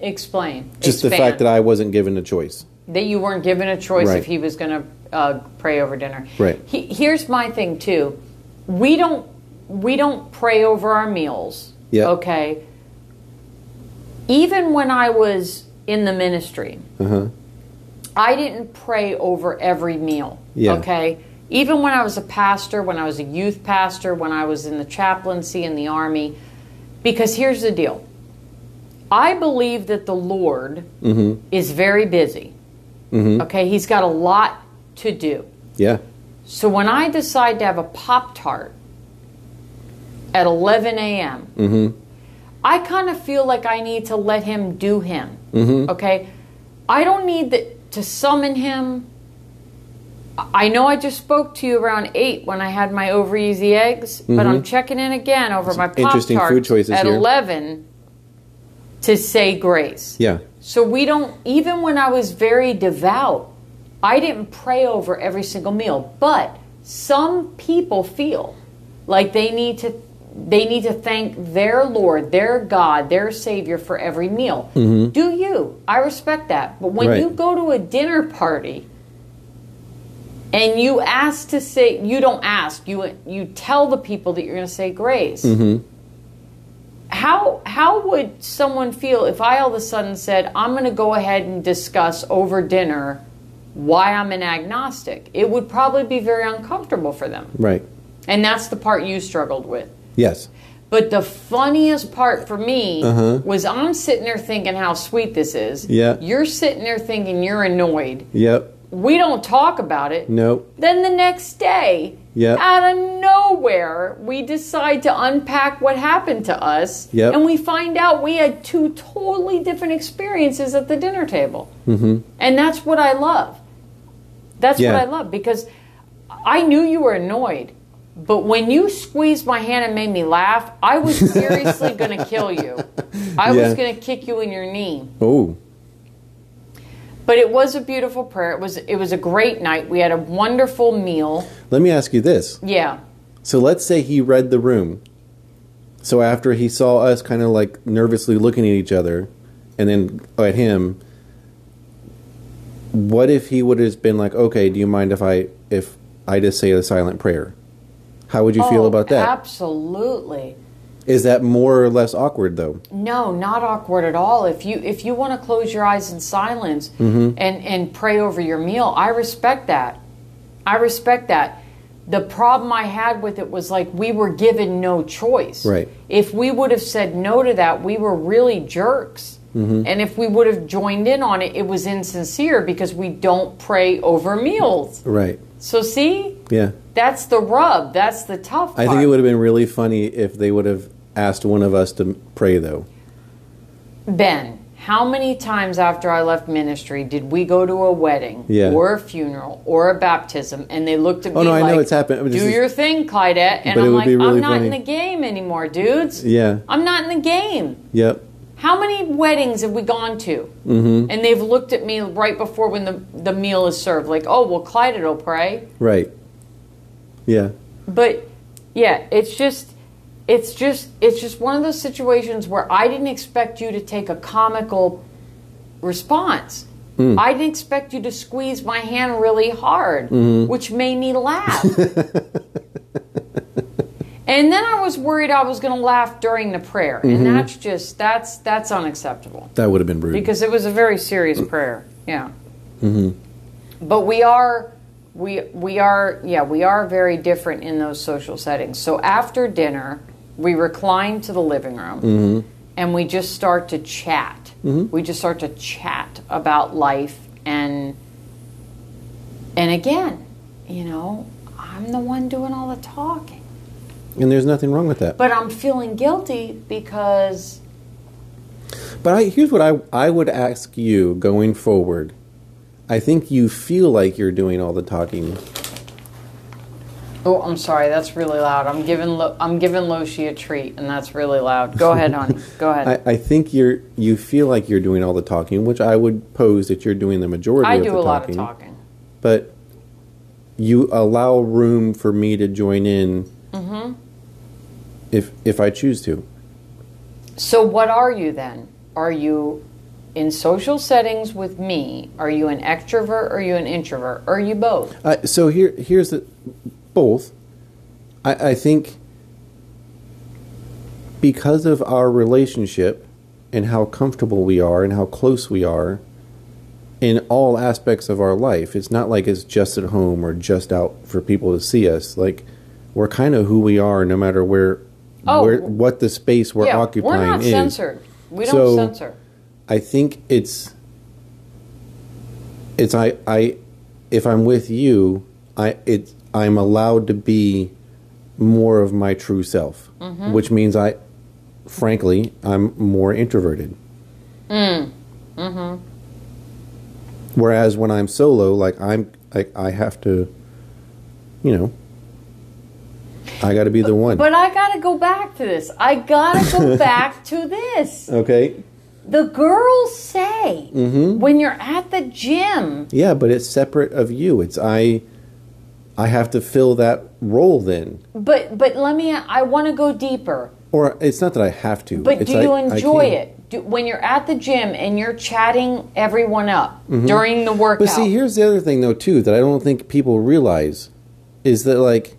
Speaker 2: explain
Speaker 1: Just the fact that I wasn't given a choice.
Speaker 2: that you weren't given a choice
Speaker 1: Right.
Speaker 2: if he was going to uh, pray over dinner.
Speaker 1: Right.
Speaker 2: He, here's my thing too. We don't we don't pray over our meals.
Speaker 1: Yeah.
Speaker 2: Okay. Even when I was in the ministry,
Speaker 1: Uh-huh.
Speaker 2: I didn't pray over every meal.
Speaker 1: Yeah.
Speaker 2: Okay. Even when I was a pastor, when I was a youth pastor, when I was in the chaplaincy in the army, because here's the deal. I believe that the Lord is very busy. Okay, he's got a lot to do.
Speaker 1: Yeah,
Speaker 2: So when I decide to have a Pop Tart at 11 a.m.,
Speaker 1: Mm-hmm.
Speaker 2: I kind of feel like I need to let him do him.
Speaker 1: Mm-hmm.
Speaker 2: Okay, I don't need that to summon him. I I know I just spoke to you around eight when I had my over easy eggs, but I'm checking in again over my Pop
Speaker 1: Mm-hmm. interesting food
Speaker 2: Tarts
Speaker 1: choices
Speaker 2: at
Speaker 1: here.
Speaker 2: 11 to say grace.
Speaker 1: yeah,
Speaker 2: So we don't, even when I was very devout, I didn't pray over every single meal. But some people feel like they need to. They need to thank their Lord, their God, their Savior for every meal. Do you? I respect that. But when
Speaker 1: Right.
Speaker 2: you go to a dinner party and you ask to say, you don't ask, you you tell the people that you're going to say grace how how would someone feel if I all of a sudden said I'm going to go ahead and discuss over dinner why I'm an agnostic? It would probably be very uncomfortable for them,
Speaker 1: right.
Speaker 2: and that's the part you struggled with.
Speaker 1: Yes,
Speaker 2: But the funniest part for me was I'm sitting there thinking how sweet this is.
Speaker 1: Yeah.
Speaker 2: You're sitting there thinking you're annoyed.
Speaker 1: yep,
Speaker 2: We don't talk about it.
Speaker 1: no,
Speaker 2: Then the next day,
Speaker 1: Yep.
Speaker 2: out of nowhere, we decide to unpack what happened to us,
Speaker 1: Yep.
Speaker 2: and we find out we had two totally different experiences at the dinner table. Mm-hmm. And that's what I love. That's
Speaker 1: Yeah.
Speaker 2: what I love because I knew you were annoyed, but when you squeezed my hand and made me laugh, I was seriously going to kill you. I
Speaker 1: Yeah.
Speaker 2: was going to kick you in your knee.
Speaker 1: oh,
Speaker 2: But it was a beautiful prayer. It was it was a great night. We had a wonderful meal.
Speaker 1: let me ask you this.
Speaker 2: Yeah.
Speaker 1: So let's say he read the room. So after he saw us kind of like nervously looking at each other and then at him, what if he would have been like, "Okay, do you mind if I if I just say a silent prayer?" How would you feel
Speaker 2: Oh,
Speaker 1: about that?
Speaker 2: Absolutely.
Speaker 1: Is that more or less awkward though?
Speaker 2: No, not awkward at all. If you if you want to close your eyes in silence
Speaker 1: Mm-hmm.
Speaker 2: and and pray over your meal, I respect that. I respect that. The problem I had with it was like we were given no choice.
Speaker 1: Right.
Speaker 2: If we would have said no to that, we were really jerks.
Speaker 1: Mm-hmm.
Speaker 2: And if we would have joined in on it, it was insincere because we don't pray over meals.
Speaker 1: Right.
Speaker 2: So see,
Speaker 1: Yeah.
Speaker 2: that's the rub. That's the tough.
Speaker 1: I
Speaker 2: part.
Speaker 1: think it would have been really funny if they would have asked one of us to pray though.
Speaker 2: Ben, how many times after I left ministry did we go to a wedding
Speaker 1: Yeah. Oh,
Speaker 2: or a funeral or a baptism and they looked at me
Speaker 1: no, I
Speaker 2: like,
Speaker 1: know it's happened. I mean, this
Speaker 2: do
Speaker 1: is-
Speaker 2: your thing, Clydette. And
Speaker 1: But it
Speaker 2: I'm
Speaker 1: would
Speaker 2: like,
Speaker 1: be really
Speaker 2: I'm not in
Speaker 1: funny.
Speaker 2: the game anymore, dudes.
Speaker 1: Yeah.
Speaker 2: I'm not in the game.
Speaker 1: Yep.
Speaker 2: How many weddings have we gone to? Mm-hmm. And they've looked at me right before when the, the meal is served, like, oh, well, Clydette will pray.
Speaker 1: Right. Yeah.
Speaker 2: But yeah, it's just it's just it's just one of those situations where I didn't expect you to take a comical response. I didn't expect you to squeeze my hand really hard, which made me laugh. And then I was worried I was going to laugh during the prayer, and that's just that's that's unacceptable
Speaker 1: That would have been rude.
Speaker 2: because it was a very serious prayer. Yeah. But we are we we are yeah we are very different in those social settings. So after dinner, we recline to the living room and we just start to chat. We just start to chat about life and and again, you know, I'm the one doing all the talking.
Speaker 1: and there's nothing wrong with that.
Speaker 2: But I'm feeling guilty because
Speaker 1: But I, here's what I, I would ask you going forward. I think you feel like you're doing all the talking.
Speaker 2: Oh, I'm sorry. That's really loud. I'm giving Lo- I'm giving Loshi a treat, and that's really loud. Go ahead, honey. Go
Speaker 1: I,
Speaker 2: ahead.
Speaker 1: I think you're you feel like you're doing all the talking, which I would pose that you're doing the majority
Speaker 2: I,
Speaker 1: of the
Speaker 2: do a
Speaker 1: talking.
Speaker 2: lot of talking.
Speaker 1: But you allow room for me to join in
Speaker 2: Mm-hmm.
Speaker 1: if if I choose to.
Speaker 2: So, what are you then? Are you in social settings with me? Are you an extrovert? Are you an introvert? Are you both?
Speaker 1: Uh, so here, here's the both. I, I think because of our relationship and how comfortable we are and how close we are in all aspects of our life, it's not like it's just at home or just out for people to see us. Like we're kind of who we are, no matter where,
Speaker 2: Oh.
Speaker 1: where what the space we're
Speaker 2: yeah,
Speaker 1: occupying
Speaker 2: we're not
Speaker 1: is.
Speaker 2: censored. We don't
Speaker 1: So-
Speaker 2: censor.
Speaker 1: I think it's it's I I if I'm with you, I it I'm allowed to be more of my true self, which means I, frankly, I'm more introverted. Mm. Mm-hmm. Whereas when I'm solo, like I'm, I, I have to, you know, I got to be the one.
Speaker 2: But I gotta go back to this. I gotta go back to this.
Speaker 1: okay.
Speaker 2: The girls say
Speaker 1: Mm-hmm.
Speaker 2: when you're at the gym.
Speaker 1: Yeah, but it's separate of you. It's I I have to fill that role then.
Speaker 2: But but let me. I want to go deeper.
Speaker 1: Or it's not that I have to.
Speaker 2: But
Speaker 1: it's
Speaker 2: do
Speaker 1: I-
Speaker 2: you
Speaker 1: I
Speaker 2: enjoy
Speaker 1: can.
Speaker 2: it do, when you're at the gym and you're chatting everyone up during the workout?
Speaker 1: Mm-hmm. But see, here's the other thing though too that I don't think people realize is that like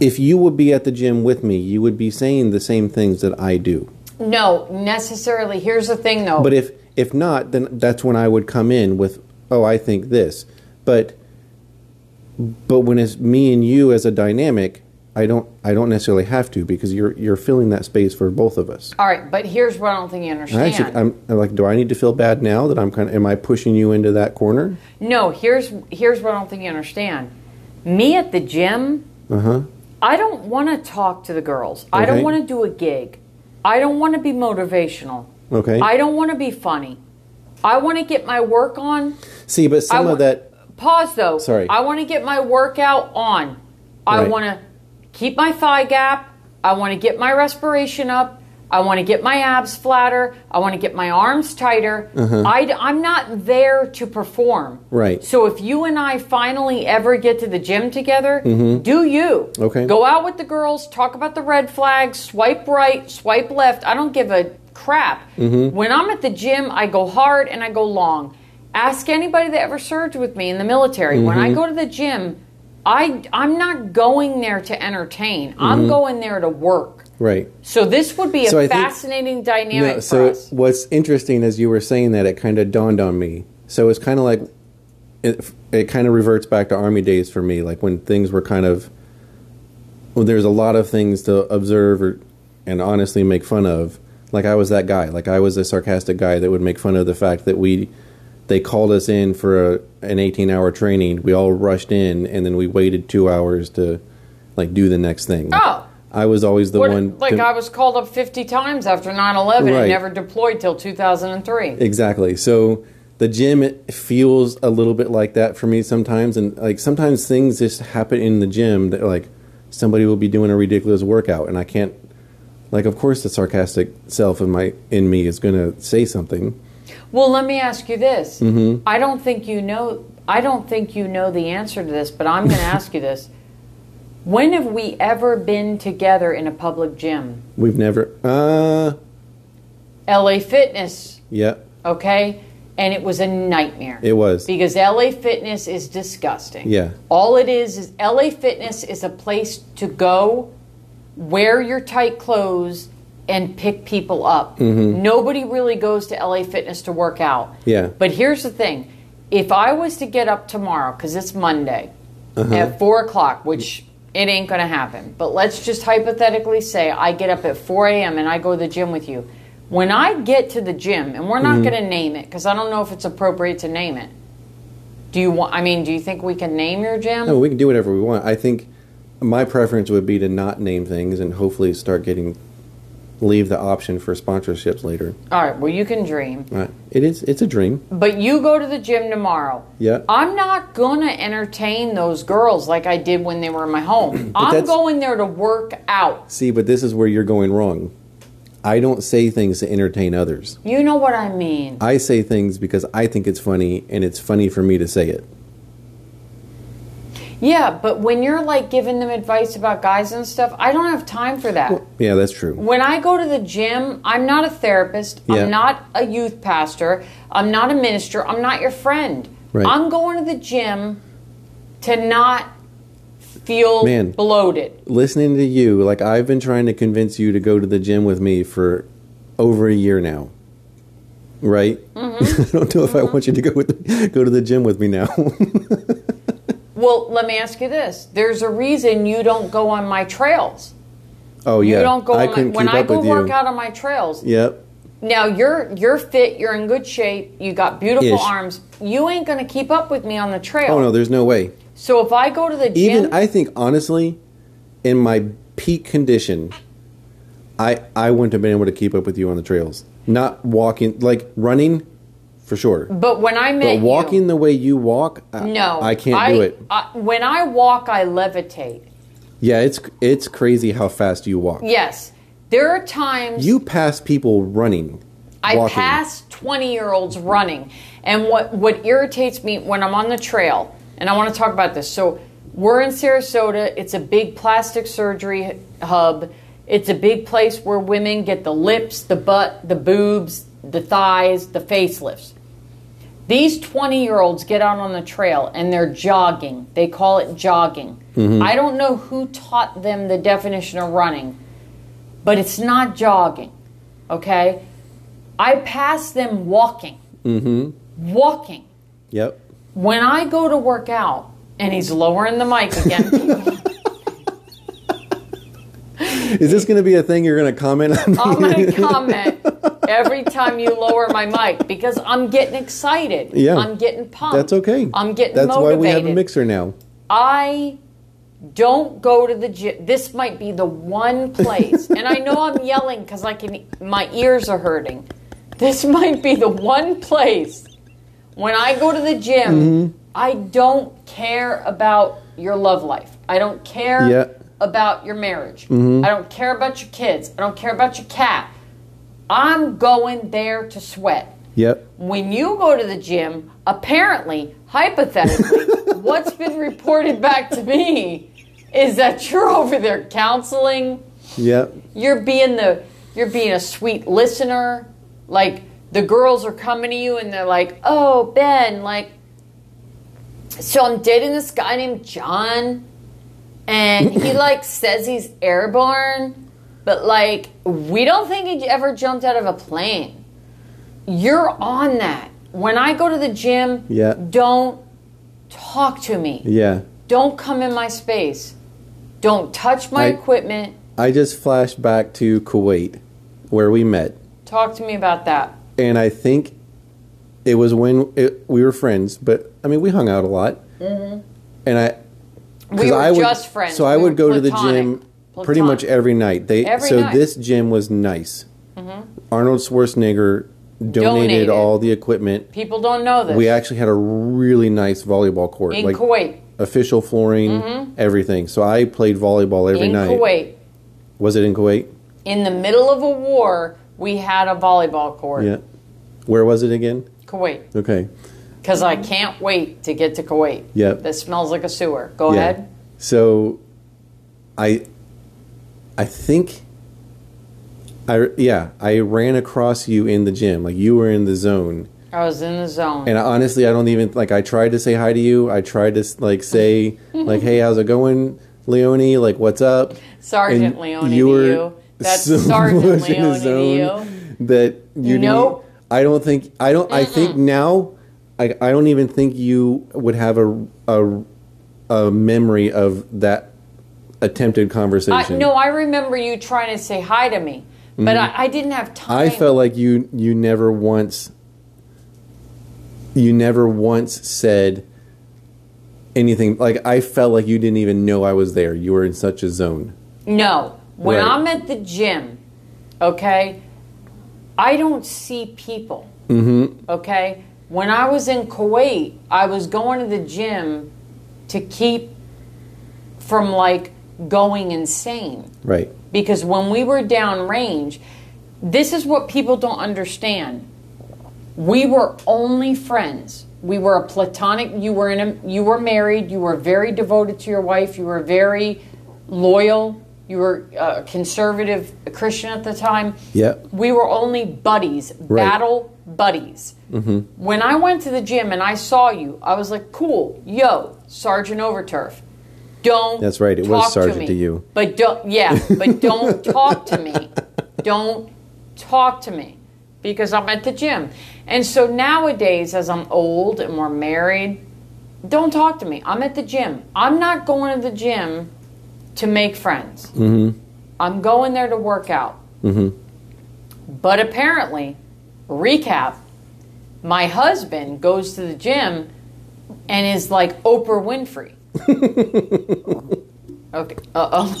Speaker 1: if you would be at the gym with me, you would be saying the same things that I do.
Speaker 2: no, necessarily. Here's the thing, though.
Speaker 1: But if if not, then that's when I would come in with, oh, I think this. But but when it's me and you as a dynamic, I don't I don't necessarily have to because you're you're filling that space for both of us.
Speaker 2: All right, but here's what I don't think you
Speaker 1: And
Speaker 2: understand.
Speaker 1: I actually, I'm, I'm like, do I need to feel bad now that I'm kind of? Am I pushing you into that corner?
Speaker 2: no, here's here's what I don't think you understand. Me at the gym, I don't want to talk to the girls. I don't
Speaker 1: Uh-huh. Okay.
Speaker 2: want to do a gig. I don't want to be motivational.
Speaker 1: Okay.
Speaker 2: I don't want to be funny. I want to get my work on.
Speaker 1: See, but some
Speaker 2: I
Speaker 1: of
Speaker 2: wa-
Speaker 1: that.
Speaker 2: Pause though.
Speaker 1: Sorry.
Speaker 2: I want to get my workout on. I
Speaker 1: Right.
Speaker 2: want to keep my thigh gap. I want to get my respiration up. I want to get my abs flatter. I want to get my arms tighter. I, am not there to perform.
Speaker 1: Uh-huh. Right.
Speaker 2: So if you and I finally ever get to the gym together, do you.
Speaker 1: Mm-hmm. Okay.
Speaker 2: Go out with the girls, talk about the red flags, swipe right, swipe left. I don't give a crap.
Speaker 1: Mm-hmm.
Speaker 2: When I'm at the gym, I go hard and I go long. Ask anybody that ever served with me in the military. When
Speaker 1: Mm-hmm.
Speaker 2: I go to the gym, I I'm not going there to entertain. I'm going there to work.
Speaker 1: Right.
Speaker 2: So this would be a
Speaker 1: Mm-hmm. So I think-
Speaker 2: fascinating dynamic
Speaker 1: No,
Speaker 2: for
Speaker 1: so
Speaker 2: us.
Speaker 1: what's interesting as you were saying that it kind of dawned on me. So it's kind of like it, it kind of reverts back to army days for me, like when things were kind of well, there's a lot of things to observe or, and honestly make fun of. Like I was that guy. Like I was a sarcastic guy that would make fun of the fact that we they called us in for a, an 18 hour training. We all rushed in and then we waited two hours to like do the next thing.
Speaker 2: Oh.
Speaker 1: I was always the
Speaker 2: What-
Speaker 1: one.
Speaker 2: like
Speaker 1: to-
Speaker 2: I was called up 50 times after 9/11
Speaker 1: Right.
Speaker 2: and never deployed till 2003.
Speaker 1: Exactly. So the gym it feels a little bit like that for me sometimes, and like sometimes things just happen in the gym that like somebody will be doing a ridiculous workout, and I can't. Like, of course, the sarcastic self in my in me is gonna say something.
Speaker 2: Well, let me ask you this.
Speaker 1: Mm-hmm.
Speaker 2: I don't think you know. I don't think you know the answer to this, but I'm going to ask you this. When have we ever been together in a public gym?
Speaker 1: We've never. Uh,
Speaker 2: LA Fitness,
Speaker 1: yeah.
Speaker 2: okay? and it was a nightmare.
Speaker 1: It was.
Speaker 2: because LA Fitness is disgusting.
Speaker 1: Yeah.
Speaker 2: all it is is LA Fitness is a place to go, wear your tight clothes, and pick people up. Nobody really goes to LA Fitness to work out.
Speaker 1: Mm-hmm. Yeah.
Speaker 2: but here's the thing: if I was to get up tomorrow, because it's Monday,
Speaker 1: Uh-huh.
Speaker 2: at four o'clock, which it ain't gonna happen. But let's just hypothetically say I get up at four a.m. and I go to the gym with you. When I get to the gym, and we're not
Speaker 1: Mm-hmm.
Speaker 2: gonna name it because I don't know if it's appropriate to name it. Do you want? I mean, do you think we can name your gym?
Speaker 1: No, we can do whatever we want. I think my preference would be to not name things and hopefully start getting leave the option for sponsorships later.
Speaker 2: All right. Well, you can dream.
Speaker 1: Right. It is it's a dream.
Speaker 2: But you go to the gym tomorrow.
Speaker 1: Yeah.
Speaker 2: I'm not gonna entertain those girls like I did when they were in my home. I'm
Speaker 1: that's-
Speaker 2: going there to work out.
Speaker 1: See, but this is where you're going wrong. I don't say things to entertain others.
Speaker 2: You know what I mean?
Speaker 1: I say things because I think it's funny and it's funny for me to say it.
Speaker 2: Yeah, but when you're like giving them advice about guys and stuff, I don't have time for that.
Speaker 1: Yeah, that's true.
Speaker 2: When I go to the gym, I'm not a therapist.
Speaker 1: Yeah.
Speaker 2: I'm not a youth pastor. I'm not a minister. I'm not your friend.
Speaker 1: Right.
Speaker 2: I'm going to the gym to not feel
Speaker 1: Man.
Speaker 2: bloated.
Speaker 1: Listening to you, like I've been trying to convince you to go to the gym with me for over a year now. Right?
Speaker 2: Mm-hmm.
Speaker 1: I don't know if I want you to go with go to the gym with me now.
Speaker 2: Well, let me ask you this. There's a reason you don't go on my trails.
Speaker 1: oh yeah.
Speaker 2: You don't go
Speaker 1: I
Speaker 2: on my,
Speaker 1: couldn't
Speaker 2: when
Speaker 1: keep
Speaker 2: I
Speaker 1: up
Speaker 2: go
Speaker 1: with
Speaker 2: work
Speaker 1: you.
Speaker 2: out on my trails.
Speaker 1: Yep.
Speaker 2: Now you're you're fit, you're in good shape, you got beautiful
Speaker 1: Ish.
Speaker 2: arms. You ain't gonna keep up with me on the trail.
Speaker 1: Oh no, there's no way.
Speaker 2: So if I go to the gym,
Speaker 1: Even I think honestly, in my peak condition, I I wouldn't have been able to keep up with you on the trails. Not walking, like running, for sure. But,
Speaker 2: but when I met
Speaker 1: walking
Speaker 2: you,
Speaker 1: the way you walk, I,
Speaker 2: no,
Speaker 1: I can't do it.
Speaker 2: I, when I walk, I levitate.
Speaker 1: Yeah, it's it's crazy how fast you walk.
Speaker 2: Yes, there are times
Speaker 1: You pass people running.
Speaker 2: I
Speaker 1: walking.
Speaker 2: pass 20 year olds running. And what, what irritates me when I'm on the trail, and I want to talk about this. So we're in Sarasota, it's a big plastic surgery hub. It's a big place where women get the lips, the butt, the boobs, the thighs, the facelifts. These 20 year olds get out on the trail and they're jogging. They call it jogging. I don't know who taught them the definition of running, but it's not jogging, okay? I pass them walking. Mm-hmm. Walking.
Speaker 1: Yep.
Speaker 2: When I go to work out, and he's lowering the mic again.
Speaker 1: Is this going to be a thing you're going to comment on?
Speaker 2: I'm going to comment every time you lower my mic because I'm getting excited.
Speaker 1: Yeah.
Speaker 2: I'm getting pumped.
Speaker 1: That's okay.
Speaker 2: I'm getting
Speaker 1: That's
Speaker 2: motivated.
Speaker 1: why we have a mixer now.
Speaker 2: I don't go to the gym. This might be the one place, and I know I'm yelling because I can. My ears are hurting. This might be the one place when I go to the gym. I don't care about your love life. I don't care
Speaker 1: Yeah.
Speaker 2: about your marriage. I don't care about your kids. I don't care about your cat. I'm going there to sweat
Speaker 1: Yep.
Speaker 2: when you go to the gym, apparently, hypothetically, what's been reported back to me is that you're over there counseling,
Speaker 1: Yep.
Speaker 2: you're being the you're being a sweet listener. Like the girls are coming to you and they're like, "Oh, Ben, like so I'm dating this guy named John and he like says he's airborne, but like we don't think he ever jumped out of a plane." You're on that. When I go to the gym,
Speaker 1: Yeah.
Speaker 2: don't talk to me.
Speaker 1: Yeah.
Speaker 2: Don't come in my space. Don't touch my
Speaker 1: I-
Speaker 2: equipment.
Speaker 1: I just flashed back to Kuwait, where we met,
Speaker 2: Talk to me about that.
Speaker 1: and I think it was when it, we were friends. But I mean, we hung out a lot, mm-hmm. and I
Speaker 2: We
Speaker 1: 'cause
Speaker 2: were
Speaker 1: I would,
Speaker 2: just friends.
Speaker 1: So I
Speaker 2: We
Speaker 1: would
Speaker 2: were
Speaker 1: go to the
Speaker 2: platonic.
Speaker 1: gym pretty
Speaker 2: Platonic.
Speaker 1: much every night. They
Speaker 2: Every
Speaker 1: so
Speaker 2: night. Mm-hmm.
Speaker 1: this gym was nice. Arnold Schwarzenegger donated,
Speaker 2: Donated.
Speaker 1: all the equipment.
Speaker 2: People don't know this.
Speaker 1: We actually had a really nice volleyball court,
Speaker 2: in
Speaker 1: like
Speaker 2: Kuwait. Mm-hmm.
Speaker 1: official flooring, everything. So I played volleyball every
Speaker 2: In
Speaker 1: night.
Speaker 2: Kuwait.
Speaker 1: Was it in Kuwait?
Speaker 2: In the middle of a war, we had a volleyball court.
Speaker 1: Yeah. Where was it again?
Speaker 2: Kuwait.
Speaker 1: Okay.
Speaker 2: Because I can't wait to get to Kuwait.
Speaker 1: Yep.
Speaker 2: That smells like a sewer. Go
Speaker 1: yeah.
Speaker 2: ahead.
Speaker 1: So, I, I think. I yeah. I ran across you in the gym. Like you were in the zone,
Speaker 2: I was in the zone.
Speaker 1: And honestly, I don't even like. I tried to say hi to you. I tried to like say like, "Hey, how's it going, Leone? Like, what's up?"
Speaker 2: Sergeant
Speaker 1: And
Speaker 2: Leone to you. That's Sergeant
Speaker 1: much in a
Speaker 2: Leone to
Speaker 1: zone That you know.
Speaker 2: Nope.
Speaker 1: I don't think. I don't. I think now. I, I don't even think you would have a a, a memory of that attempted
Speaker 2: I,
Speaker 1: conversation.
Speaker 2: no, I remember you trying to say hi to me, but I, I didn't have time.
Speaker 1: Mm-hmm. I felt like you you never once you never once said anything like I felt like you didn't even know I was there. You were in such a zone.
Speaker 2: No, when
Speaker 1: Right.
Speaker 2: I'm at the gym, okay, I don't see people. Mm-hmm. Okay, when I was in Kuwait, I was going to the gym to keep from like going insane.
Speaker 1: Right.
Speaker 2: because when we were downrange, this is what people don't understand. We were only friends. We were a platonic. You were in a. You were married. You were very devoted to your wife. You were very loyal. You were a conservative Christian at the time.
Speaker 1: Yep.
Speaker 2: We were only buddies, battle buddies. When I went to the gym and I saw you, I was like, "Cool, yo, Sergeant Overturf, don't."
Speaker 1: That's right, it was
Speaker 2: talk
Speaker 1: Sergeant
Speaker 2: me.
Speaker 1: to you.
Speaker 2: But don't, yeah, but don't talk to me. Don't talk to me because I'm at the gym. And so nowadays, as I'm old and we're married, don't talk to me. I'm at the gym. I'm not going to the gym to make friends.
Speaker 1: Mm.
Speaker 2: I'm going there to work out. But apparently, recap, my husband goes to the gym and is like Oprah Winfrey. Okay. Uh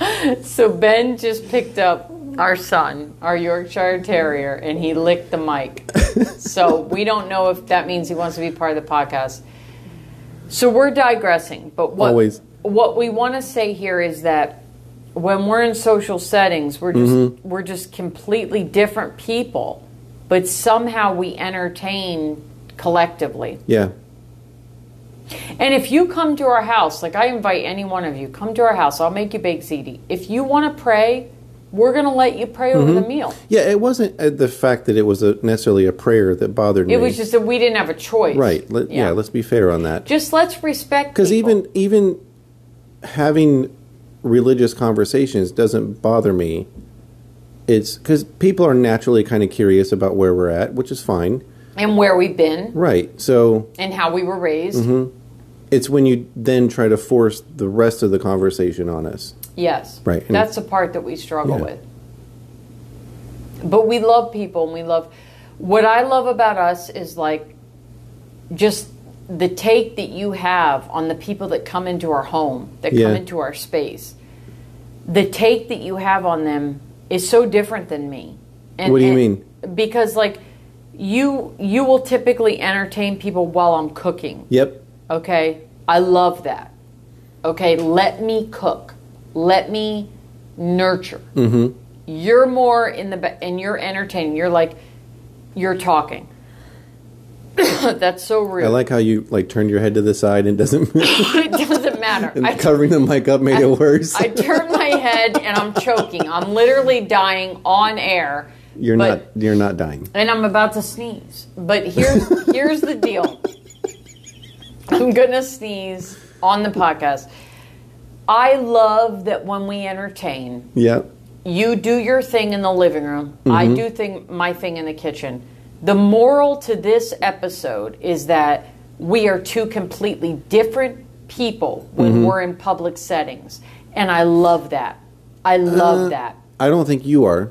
Speaker 2: oh. so Ben just picked up our son, our Yorkshire Terrier, and he licked the mic. so we don't know if that means he wants to be part of the podcast. So we're digressing, but what
Speaker 1: Always.
Speaker 2: what we want to say here is that when we're in social settings, we're just we're just completely different people, but somehow we entertain collectively.
Speaker 1: Yeah.
Speaker 2: And if you come to our house, like I invite any one of you, come to our house. I'll make you baked ziti. If you want to pray, we're going to let you pray
Speaker 1: Mm-hmm.
Speaker 2: over the meal.
Speaker 1: Yeah, it wasn't uh, the fact that it was a, necessarily a prayer that bothered me.
Speaker 2: It was just that we didn't have a choice.
Speaker 1: right. Let, yeah. let's be fair on that.
Speaker 2: just let's respect
Speaker 1: Because
Speaker 2: people.
Speaker 1: even even having religious conversations doesn't bother me. It's because people are naturally kind of curious about where we're at, which is fine.
Speaker 2: and where we've been
Speaker 1: Right. Mm-hmm. So
Speaker 2: and how we were raised.
Speaker 1: it's when you then try to force the rest of the conversation on us.
Speaker 2: Yes.
Speaker 1: Right, and-
Speaker 2: That's the part that we struggle
Speaker 1: Yeah.
Speaker 2: with. But we love people and we love what I love about us is like just the take that you have on the people that come into our home, that
Speaker 1: Yeah.
Speaker 2: come into our space. The take that you have on them is so different than me. And,
Speaker 1: What do you
Speaker 2: mean? Because like you you will typically entertain people while I'm cooking.
Speaker 1: Yep.
Speaker 2: Okay? I love that. Okay, let me cook. Let me nurture. Mm-hmm. You're more in the ba- and you're entertaining. You're like you're talking. That's so
Speaker 1: I
Speaker 2: real.
Speaker 1: like how you like turned your head to the side and doesn't
Speaker 2: it doesn't matter. I,
Speaker 1: covering the mic up made it worse.
Speaker 2: I turn my head and I'm choking. I'm literally dying on air.
Speaker 1: you're
Speaker 2: but-
Speaker 1: not you're not dying.
Speaker 2: and I'm about to sneeze. But here's here's the deal. I'm gonna sneeze on the podcast. I love that when we entertain,
Speaker 1: Yep.
Speaker 2: you do your thing in the living room. I do thing my thing in the kitchen. The moral to this episode is that we are two completely different people when we're in public settings, and I love that. I love that.
Speaker 1: I don't think you are.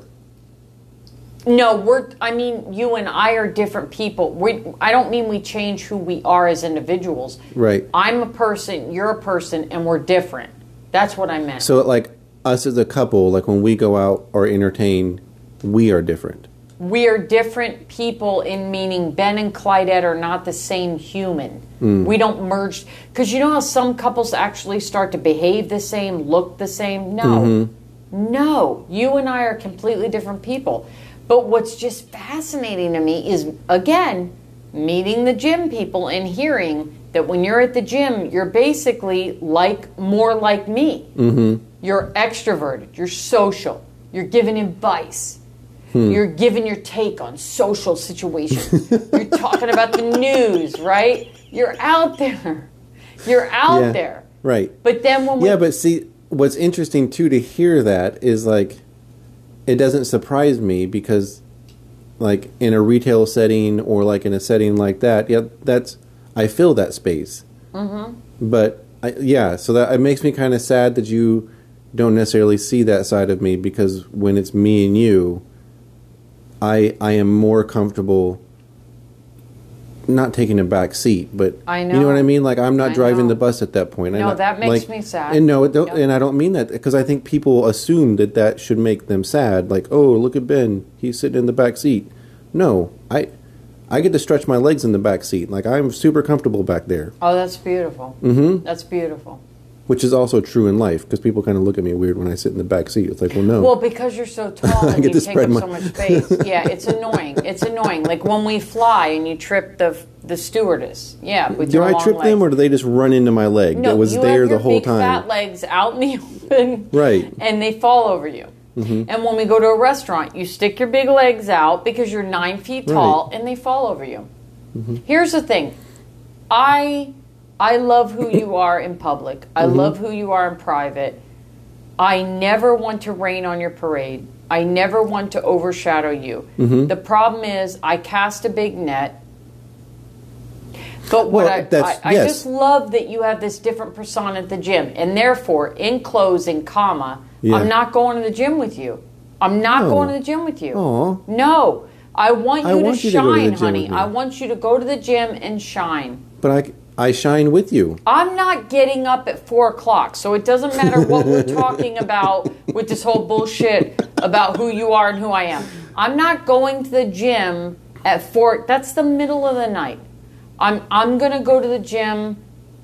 Speaker 2: No, we're. I mean, you and I are different people. We. I don't mean we change who we are as individuals.
Speaker 1: Right.
Speaker 2: I'm a person. You're a person, and we're different. That's what I meant.
Speaker 1: So like us as a couple, like when we go out or entertain, we are different.
Speaker 2: we are different people in meaning Ben and Clydette are not the same human. We don't merge because you know how some couples actually start to behave the same, look the same. No, no, you and I are completely different people. But what's just fascinating to me is again meeting the gym people and hearing that when you're at the gym, you're basically like more like me. You're extroverted. You're social. You're giving advice.
Speaker 1: Hmm.
Speaker 2: You're giving your take on social situations. You're talking about the news, right? You're out there. You're out
Speaker 1: Yeah.
Speaker 2: there.
Speaker 1: Right.
Speaker 2: But then when
Speaker 1: yeah,
Speaker 2: we
Speaker 1: but see, what's interesting too to hear that is like, it doesn't surprise me because, like, in a retail setting or like in a setting like that, yeah, that's I fill that space. Mm-hmm. But I, yeah, so that it makes me kind of sad that you don't necessarily see that side of me because when it's me and you, I I am more comfortable. Not taking a back seat, but
Speaker 2: I
Speaker 1: you know what
Speaker 2: know.
Speaker 1: I mean. Like I'm not
Speaker 2: I
Speaker 1: driving the
Speaker 2: know.
Speaker 1: bus at that point. I
Speaker 2: No,
Speaker 1: not-
Speaker 2: that makes me sad.
Speaker 1: And no, it don't,
Speaker 2: Yep.
Speaker 1: and I don't mean that because I think people assume that that should make them sad. Like, oh, look at Ben, he's sitting in the back seat. No, I, I get to stretch my legs in the back seat. Like I'm super comfortable back there,
Speaker 2: Oh, that's beautiful. Mm-hmm. That's beautiful.
Speaker 1: which is also true in life because people kind of look at me weird when I sit in the back seat. It's like, well, no,
Speaker 2: Well, because you're so tall and
Speaker 1: get
Speaker 2: you
Speaker 1: to
Speaker 2: take
Speaker 1: spread
Speaker 2: up
Speaker 1: my-
Speaker 2: so much space. Yeah, it's annoying. It's annoying. Like when we fly and you trip the the stewardess. Yeah, with
Speaker 1: do
Speaker 2: your
Speaker 1: I
Speaker 2: long
Speaker 1: trip
Speaker 2: legs.
Speaker 1: them or do they just run into my leg
Speaker 2: no,
Speaker 1: that was
Speaker 2: you
Speaker 1: there
Speaker 2: have
Speaker 1: the
Speaker 2: your
Speaker 1: whole
Speaker 2: big Fat
Speaker 1: time?
Speaker 2: legs out in the open.
Speaker 1: Right. Mm-hmm.
Speaker 2: And they fall over you. And when we go to a restaurant, you stick your big legs out because you're nine feet tall,
Speaker 1: Right. Mm-hmm.
Speaker 2: and they fall over you. Here's the thing, I I love who you are in public. I
Speaker 1: Mm-hmm.
Speaker 2: love who you are in private. I never want to rain on your parade. I never want to overshadow you.
Speaker 1: Mm-hmm.
Speaker 2: The problem is, I cast a big net. But what
Speaker 1: Well,
Speaker 2: I,
Speaker 1: that's-
Speaker 2: I, I
Speaker 1: yes.
Speaker 2: just love that you have this different persona at the gym, and therefore, in closing, comma,
Speaker 1: Yeah.
Speaker 2: I'm not going to the gym with you. I'm not
Speaker 1: No.
Speaker 2: going to the gym with you.
Speaker 1: Aw.
Speaker 2: No, I want you
Speaker 1: I
Speaker 2: to
Speaker 1: want you to
Speaker 2: shine,
Speaker 1: go to the gym
Speaker 2: honey.
Speaker 1: with me.
Speaker 2: I want you to go to the gym and shine.
Speaker 1: But I, c- I shine with you.
Speaker 2: I'm not getting up at four o'clock, so it doesn't matter what we're talking about with this whole bullshit about who you are and who I am. I'm not going to the gym at four. That's the middle of the night. I'm I'm gonna go to the gym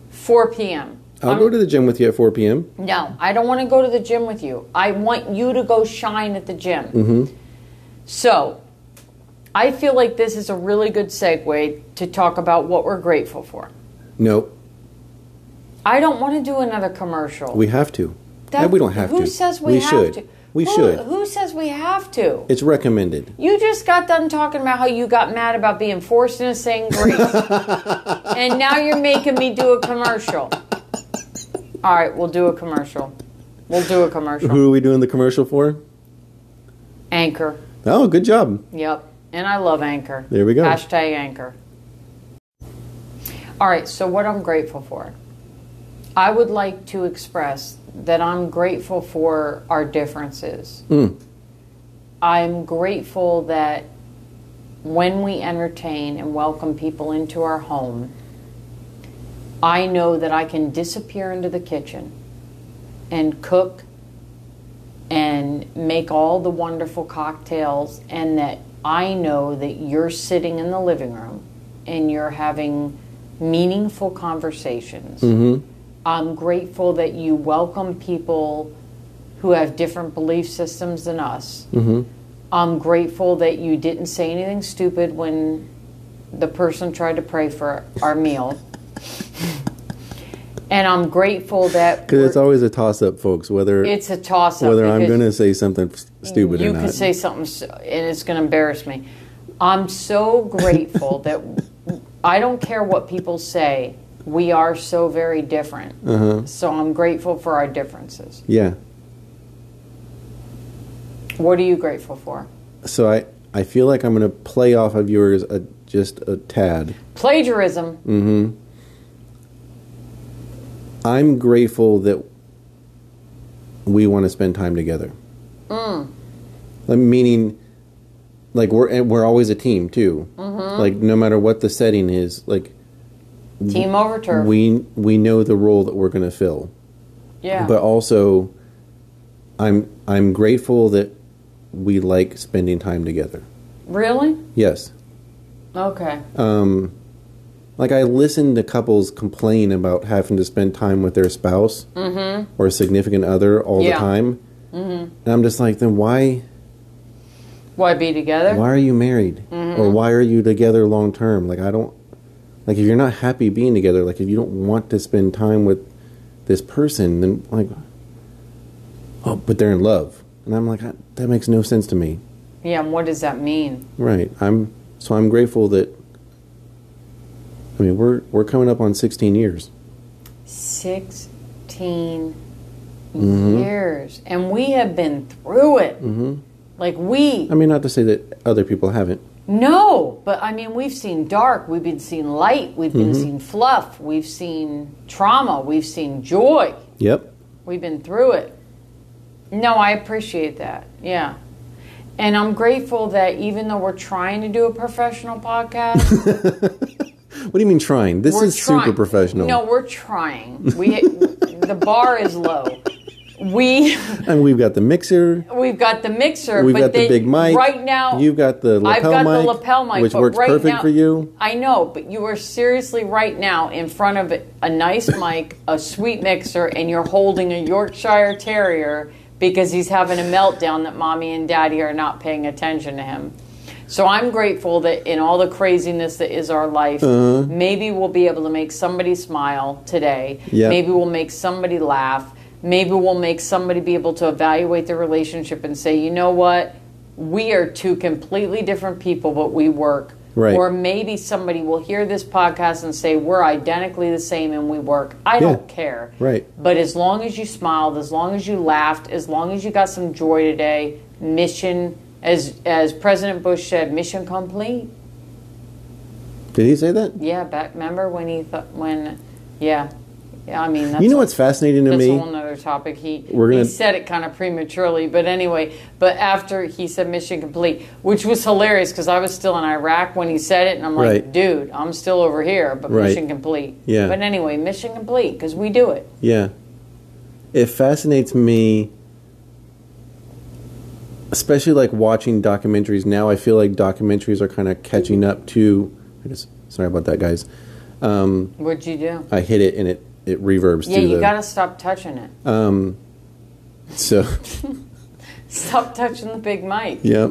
Speaker 2: 4 p.m.
Speaker 1: I'll go to the gym with you at 4 p.m.
Speaker 2: No, I don't want to go to the gym with you. I want you to go shine at the gym.
Speaker 1: Mm-hmm.
Speaker 2: So, I feel like this is a really good segue to talk about what we're grateful for.
Speaker 1: No,
Speaker 2: I don't want to do another commercial.
Speaker 1: we have to.
Speaker 2: That-
Speaker 1: No, we don't have
Speaker 2: who
Speaker 1: to.
Speaker 2: says we, have
Speaker 1: should.
Speaker 2: to?
Speaker 1: We
Speaker 2: Who-
Speaker 1: should.
Speaker 2: Who says we have to?
Speaker 1: It's recommended.
Speaker 2: You just got done talking about how you got mad about being forced into saying grace. and now you're making me do a commercial. All right, we'll do a commercial. We'll do a commercial.
Speaker 1: Who are we doing the commercial for?
Speaker 2: Anchor.
Speaker 1: Oh, good job.
Speaker 2: Yep. And I love Anchor.
Speaker 1: There we go.
Speaker 2: Hashtag Anchor. All right, so what I'm grateful for. I would like to express that I'm grateful for our differences.
Speaker 1: Hmm.
Speaker 2: I'm grateful that when we entertain and welcome people into our home, I know that I can disappear into the kitchen and cook and make all the wonderful cocktails, and that I know that you're sitting in the living room and you're having meaningful conversations. I'm grateful that you welcome people who have different belief systems than us. I'm grateful that you didn't say anything stupid when the person tried to pray for our meal. and I'm grateful that
Speaker 1: Because it's
Speaker 2: we're-
Speaker 1: always a toss up, folks, whether
Speaker 2: it's a toss up.
Speaker 1: whether I'm going to say something s- stupid
Speaker 2: you
Speaker 1: or not.
Speaker 2: could say something, s- and it's going to embarrass me. I'm so grateful that I don't care what people say. We are so very different.
Speaker 1: Uh-huh.
Speaker 2: So I'm grateful for our differences.
Speaker 1: yeah.
Speaker 2: What are you grateful for?
Speaker 1: So I, I feel like I'm going to play off of yours a, just a tad.
Speaker 2: Plagiarism.
Speaker 1: Mm-hmm. I'm grateful that we want to spend time together.
Speaker 2: Mm.
Speaker 1: Like, Meaning, like we're and we're always a team too.
Speaker 2: Mm-hmm.
Speaker 1: Like no matter what the setting is, like
Speaker 2: Team over turf.
Speaker 1: we we know the role that we're going to fill.
Speaker 2: yeah.
Speaker 1: but also i'm i'm grateful that we like spending time together
Speaker 2: really?
Speaker 1: yes Um,
Speaker 2: Okay.
Speaker 1: like i listen to couples complain about having to spend time with their spouse or significant other all
Speaker 2: Mm-hmm. Yeah. Mm-hmm.
Speaker 1: the time and i'm just like then why
Speaker 2: Why be together?
Speaker 1: why are you married
Speaker 2: Mm-hmm.
Speaker 1: or why are you together long term like i don't like if you're not happy being together like if you don't want to spend time with this person then "Ah, like oh but they're in love and i'm like I, that makes no sense to me
Speaker 2: Yeah, and what does that mean?
Speaker 1: Right. I'm so I'm grateful that. I mean, we're we're coming up on 16 years.
Speaker 2: 16
Speaker 1: Mm-hmm.
Speaker 2: years. And we have been through it. Mm-hmm. Like, we.
Speaker 1: I mean, not to say that other people haven't.
Speaker 2: No, but I mean, we've seen dark, we've been seen light, we've
Speaker 1: Mm-hmm.
Speaker 2: been seen fluff, we've seen trauma, we've seen joy.
Speaker 1: Yep.
Speaker 2: We've been through it. No, I appreciate that. Yeah. And I'm grateful that even though we're trying to do a professional podcast,
Speaker 1: What do you mean trying? This
Speaker 2: we're
Speaker 1: is
Speaker 2: trying.
Speaker 1: super professional.
Speaker 2: No, we're trying. We the bar is low. We
Speaker 1: And we've got the mixer.
Speaker 2: we've got the mixer,
Speaker 1: We've
Speaker 2: but
Speaker 1: got
Speaker 2: they-
Speaker 1: the big mic.
Speaker 2: right now.
Speaker 1: You've got the lapel
Speaker 2: I've got
Speaker 1: mic,
Speaker 2: the lapel mic,
Speaker 1: which
Speaker 2: but
Speaker 1: works
Speaker 2: right
Speaker 1: perfect
Speaker 2: now-
Speaker 1: for you.
Speaker 2: I know, but you are seriously right now in front of a nice mic, a sweet mixer, and you're holding a Yorkshire Terrier because he's having a meltdown that mommy and daddy are not paying attention to him. So I'm grateful that in all the craziness that is our life, maybe we'll be able to make somebody smile today.
Speaker 1: Yeah.
Speaker 2: Maybe we'll make somebody laugh. Maybe we'll make somebody be able to evaluate their relationship and say, you know what? We are two completely different people, but we work.
Speaker 1: Right.
Speaker 2: Or maybe somebody will hear this podcast and say, we're identically the same and we work. I don't care.
Speaker 1: Right.
Speaker 2: But as long as you smiled, as long as you laughed, as long as you got some joy today, mission, as, as President Bush said, mission complete.
Speaker 1: Did he say that?
Speaker 2: Yeah, back, remember when he thought, when, yeah. Yeah, I mean, that's
Speaker 1: you know
Speaker 2: all-
Speaker 1: what's fascinating to
Speaker 2: that's
Speaker 1: me?
Speaker 2: a whole nother topic. He
Speaker 1: We're gonna-
Speaker 2: he said it kind of prematurely, but anyway. But after he said mission complete, which was hilarious because I was still in Iraq when he said it, and I'm like,
Speaker 1: Right.
Speaker 2: dude, I'm still over here, but
Speaker 1: Right.
Speaker 2: mission complete.
Speaker 1: Yeah.
Speaker 2: But anyway, mission complete because we do it.
Speaker 1: Yeah. It fascinates me, especially like watching documentaries now. I feel like documentaries are kind of catching up to. I just, sorry about that, guys. Um,
Speaker 2: What'd you do?
Speaker 1: I hit it and it, it reverbs
Speaker 2: Yeah,
Speaker 1: through
Speaker 2: you
Speaker 1: the. Uh, um,
Speaker 2: gotta stop touching it.
Speaker 1: so,
Speaker 2: Stop touching the big mic.
Speaker 1: yeah.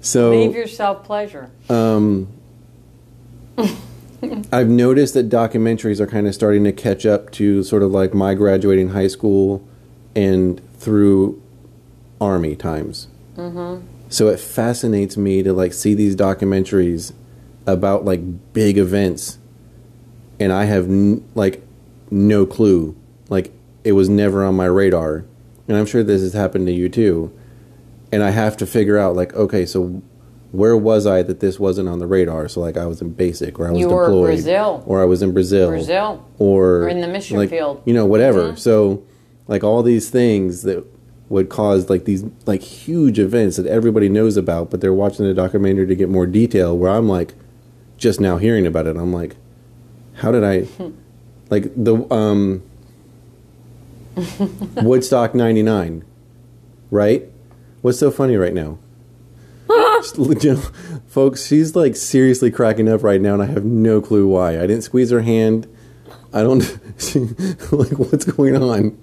Speaker 1: So,
Speaker 2: Leave yourself pleasure.
Speaker 1: I've noticed that documentaries are kind of starting to catch up to sort of like my graduating high school and through army times. Mm-hmm. So it fascinates me to like see these documentaries about like big events, and I have n- like no clue. Like it was never on my radar, and I'm sure this has happened to you too. And I have to figure out like okay, so where was I that this wasn't on the radar? So like I was in basic, or I was
Speaker 2: You were in
Speaker 1: deployed,
Speaker 2: Brazil.
Speaker 1: or I was in Brazil,
Speaker 2: Brazil.
Speaker 1: or
Speaker 2: Or in the mission
Speaker 1: like,
Speaker 2: field. Uh-huh.
Speaker 1: you know, whatever. So, like all these things that would cause like these like huge events that everybody knows about, but they're watching the documentary to get more detail. Where I'm like, just now hearing about it, I'm like, how did I,
Speaker 2: Hmm.
Speaker 1: like the um, Woodstock '99, right? What's so funny right now? You know, folks, she's like seriously cracking up right now, and I have no clue why. I didn't squeeze her hand. I don't she, like what's going on.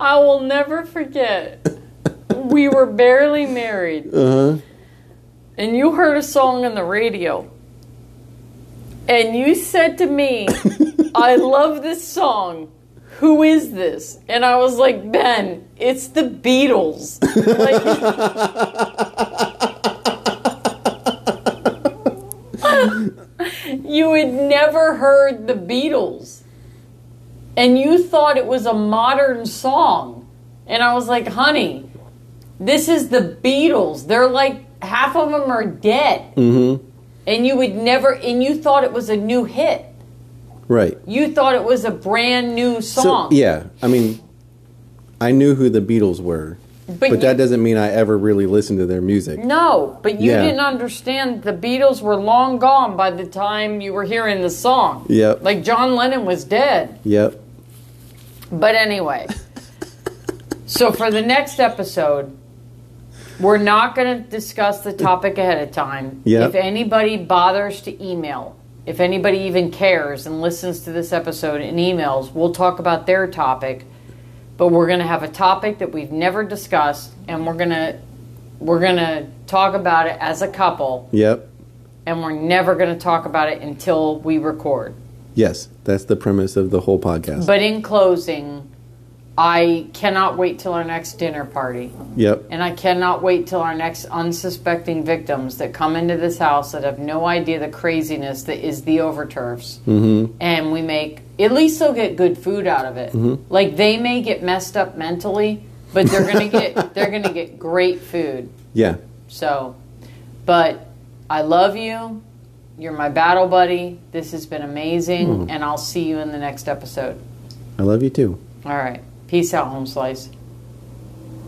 Speaker 2: I will never forget. we were barely married. And you heard a song on the radio. And you said to me, I love this song. Who is this? And I was like, Ben, it's the Beatles. Like, you had never heard the Beatles and you thought it was a modern song. And I was like, honey, this is the Beatles. They're like, half of them are dead. Mm-hmm. And you would never, and you thought it was a new hit.
Speaker 1: Right.
Speaker 2: You thought it was a brand new song.
Speaker 1: So yeah, I mean, I knew who the Beatles were, but,
Speaker 2: you-
Speaker 1: that doesn't mean I ever really listened to their music.
Speaker 2: No, but you
Speaker 1: Yeah.
Speaker 2: didn't understand the Beatles were long gone by the time you were hearing the song.
Speaker 1: Yep.
Speaker 2: Like John Lennon was dead.
Speaker 1: Yep.
Speaker 2: But anyway, so for the next episode, we're not going to discuss the topic ahead of time.
Speaker 1: Yeah.
Speaker 2: If anybody bothers to email, if anybody even cares and listens to this episode and emails, we'll talk about their topic. But we're going to have a topic that we've never discussed, and we're going to we're going to talk about it as a couple,
Speaker 1: Yep.
Speaker 2: and we're never going to talk about it until we record.
Speaker 1: Yes, that's the premise of the whole podcast.
Speaker 2: But in closing, I cannot wait till our next dinner party.
Speaker 1: Yep.
Speaker 2: And I cannot wait till our next unsuspecting victims that come into this house that have no idea the craziness that is the overturfs. Mm-hmm. And we make, at least they'll get good food out of it. Like they may get messed up mentally, but they're going to get, they're going to get great food.
Speaker 1: Yeah.
Speaker 2: So, but I love you. You're my battle buddy. This has been amazing. And I'll see you in the next episode.
Speaker 1: I love you too.
Speaker 2: All right. Peace out, home slice.